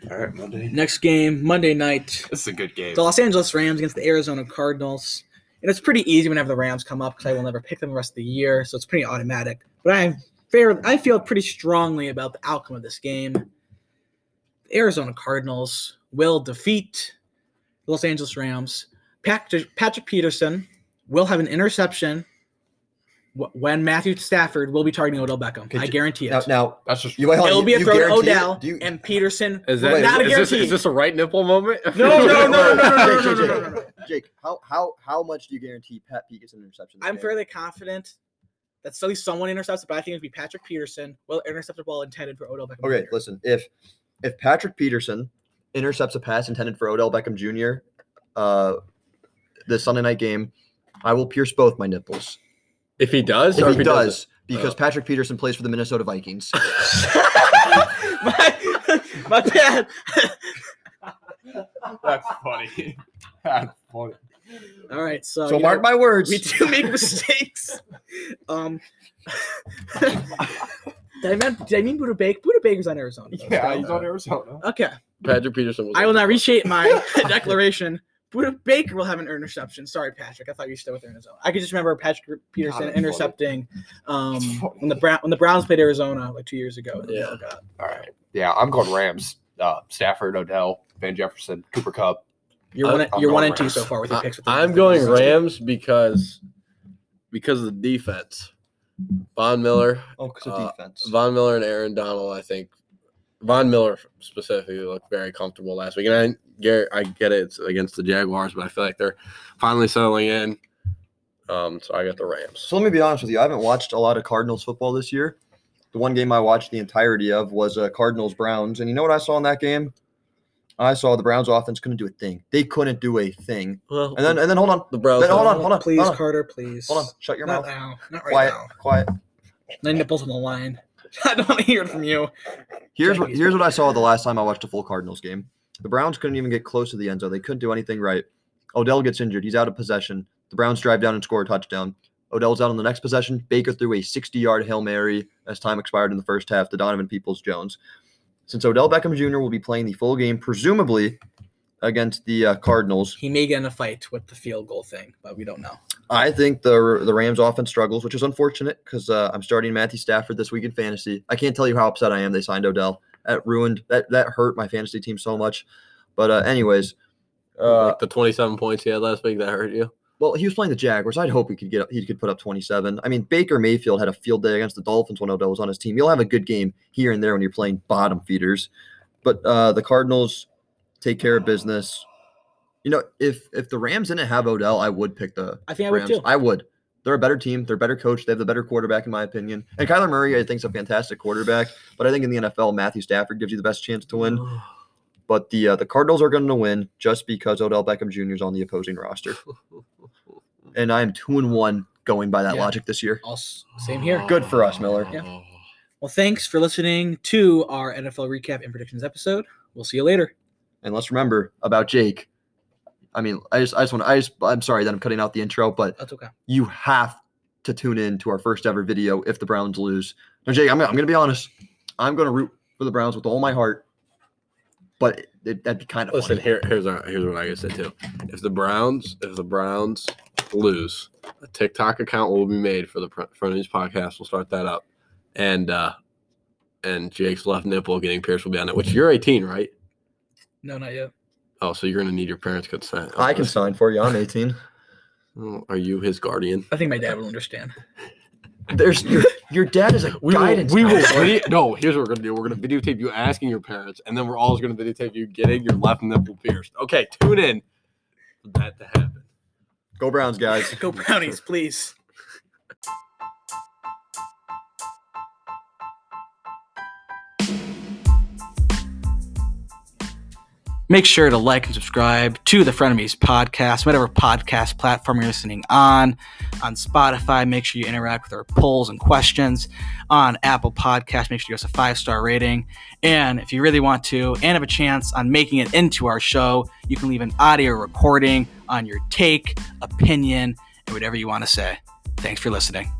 All right, Monday. Next game Monday night. This is a good game. The Los Angeles Rams against the Arizona Cardinals. And it's pretty easy whenever the Rams come up because I will never pick them the rest of the year, so it's pretty automatic. But I am fair I feel pretty strongly about the outcome of this game. The Arizona Cardinals will defeat the Los Angeles Rams. Patrick, Patrick Peterson will have an interception wh- when Matthew Stafford will be targeting Odell Beckham. Could I you- guarantee it. Now, now That's just you, wait, hold it on, will be you- a you throw to guarantee it? Odell Do you- and Peterson. Is that- Not a is this- this, guarantee. is this a right nipple moment? [laughs] No, no, no, no, Jake, Jake, no, no, no, no, no, Jake, no, Jake, how how how much do you guarantee Pat Pete gets an interception? this I'm game? fairly confident that at least someone intercepts it, but I think it'd be Patrick Peterson will intercept the ball intended for Odell Beckham. Okay, Jr. listen. If if Patrick Peterson intercepts a pass intended for Odell Beckham Jr. Uh, this Sunday night game, I will pierce both my nipples. If he does, If or he, does, [laughs] because Oh. Patrick Peterson plays for the Minnesota Vikings. [laughs] my, [laughs] my bad. that's funny. that's funny. All right, so, so you mark know, my words. we do make [laughs] mistakes. Um, [laughs] did I mean did I mean Buda Baker? Buda Baker's on Arizona. though, Yeah, so- he's on Arizona. Okay, Patrick Peterson was. I will not reshape my [laughs] declaration. Buda Baker will have an interception. Sorry, Patrick. I thought you still with Arizona. I could just remember Patrick Peterson that's funny. intercepting um, That's funny. when the Brown when the Browns played Arizona like two years ago. and they Yeah. got- All right. Yeah, I'm going Rams. Uh, Stafford, Odell, Van Jefferson, Cooper Cup. You're I- one. I'm you're one going and two Rams. so far with your I, picks. With the I'm Rams. going Rams because because of the defense. Von Miller, oh, because Uh, defense. Von Miller, and Aaron Donald. I think Von Miller specifically looked very comfortable last week, and I Garrett, I get it, it's against the Jaguars, but I feel like they're finally settling in. Um, so I got the Rams. So let me be honest with you. I haven't watched a lot of Cardinals football this year. The one game I watched the entirety of was uh, Cardinals Browns, and you know what I saw in that game? I saw the Browns offense couldn't do a thing. They couldn't do a thing. Well, And then and then hold on, the Browns. then hold have- on, hold on, Please, hold on. Carter. Please. hold on, shut your Not mouth. now. Not right Quiet, now. quiet. My nipples on the line. [laughs] I don't want to hear it from you. Here's what Japanese here's what I football. saw the last time I watched a full Cardinals game. The Browns couldn't even get close to the end zone. They couldn't do anything right. Odell gets injured. He's out of possession. The Browns drive down and score a touchdown. Odell's out on the next possession. Baker threw a 60-yard hail mary as time expired in the first half to Donovan Peoples-Jones. Since Odell Beckham Jr. will be playing the full game, presumably against the uh, Cardinals, He may get in a fight with the field goal thing, but we don't know. I think the the Rams offense struggles, which is unfortunate because uh, I'm starting Matthew Stafford this week in fantasy. I can't tell you how upset I am they signed Odell. That ruined that that hurt my fantasy team so much. But uh, anyways, uh, like the 27 points he had last week that hurt you. well, he was playing the Jaguars. I'd hope he could get he could put up 27. I mean, Baker Mayfield had a field day against the Dolphins when Odell was on his team. You'll have a good game here and there when you're playing bottom feeders. But uh, the Cardinals take care of business. You know, if if the Rams didn't have Odell, I would pick the I think I would Rams. too. I would. They're a better team. They're a better coach. They have the better quarterback, in my opinion. And Kyler Murray, I think, is a fantastic quarterback. But I think in the NFL, Matthew Stafford gives you the best chance to win. But the uh, the Cardinals are going to win just because Odell Beckham Jr. is on the opposing roster. And I am two and one going by that Yeah. logic this year. I'll s- same here. Good for us, Miller. Yeah. Well, thanks for listening to our NFL recap and predictions episode. We'll see you later. And let's remember about Jake. I mean, I just I just want I just I'm sorry that I'm cutting out the intro, but That's okay. you have to tune in to our first ever video if the Browns lose. Now, Jake, I'm, I'm going to be honest. I'm going to root for the Browns with all my heart, but it, that'd be kind of Listen, funny. here, here's our, here's what I gotta say too. If the Browns, if the Browns lose, a TikTok account will be made for the Fr- Front of These podcast. We'll start that up, and uh, and Jake's left nipple getting pierced will be on it. Which you're 18, right? No, not yet. Oh, so you're gonna need your parents' consent. I can sign for you. I'm 18. Oh, Are you his guardian? I think my dad will understand. There's your, your dad is a guidance. Will, we will. counselor. vide- no, here's what we're gonna do. We're gonna videotape you asking your parents, and then we're also gonna videotape you getting your left nipple pierced. Okay, tune in for that to happen. Go Browns, guys. Go brownies, please. Make sure to like and subscribe to the Frenemies podcast, whatever podcast platform you're listening on. On Spotify, make sure you interact with our polls and questions. On Apple Podcast, make sure you give us a five star rating. And if you really want to and have a chance on making it into our show, you can leave an audio recording on your take, opinion, and whatever you want to say. Thanks for listening.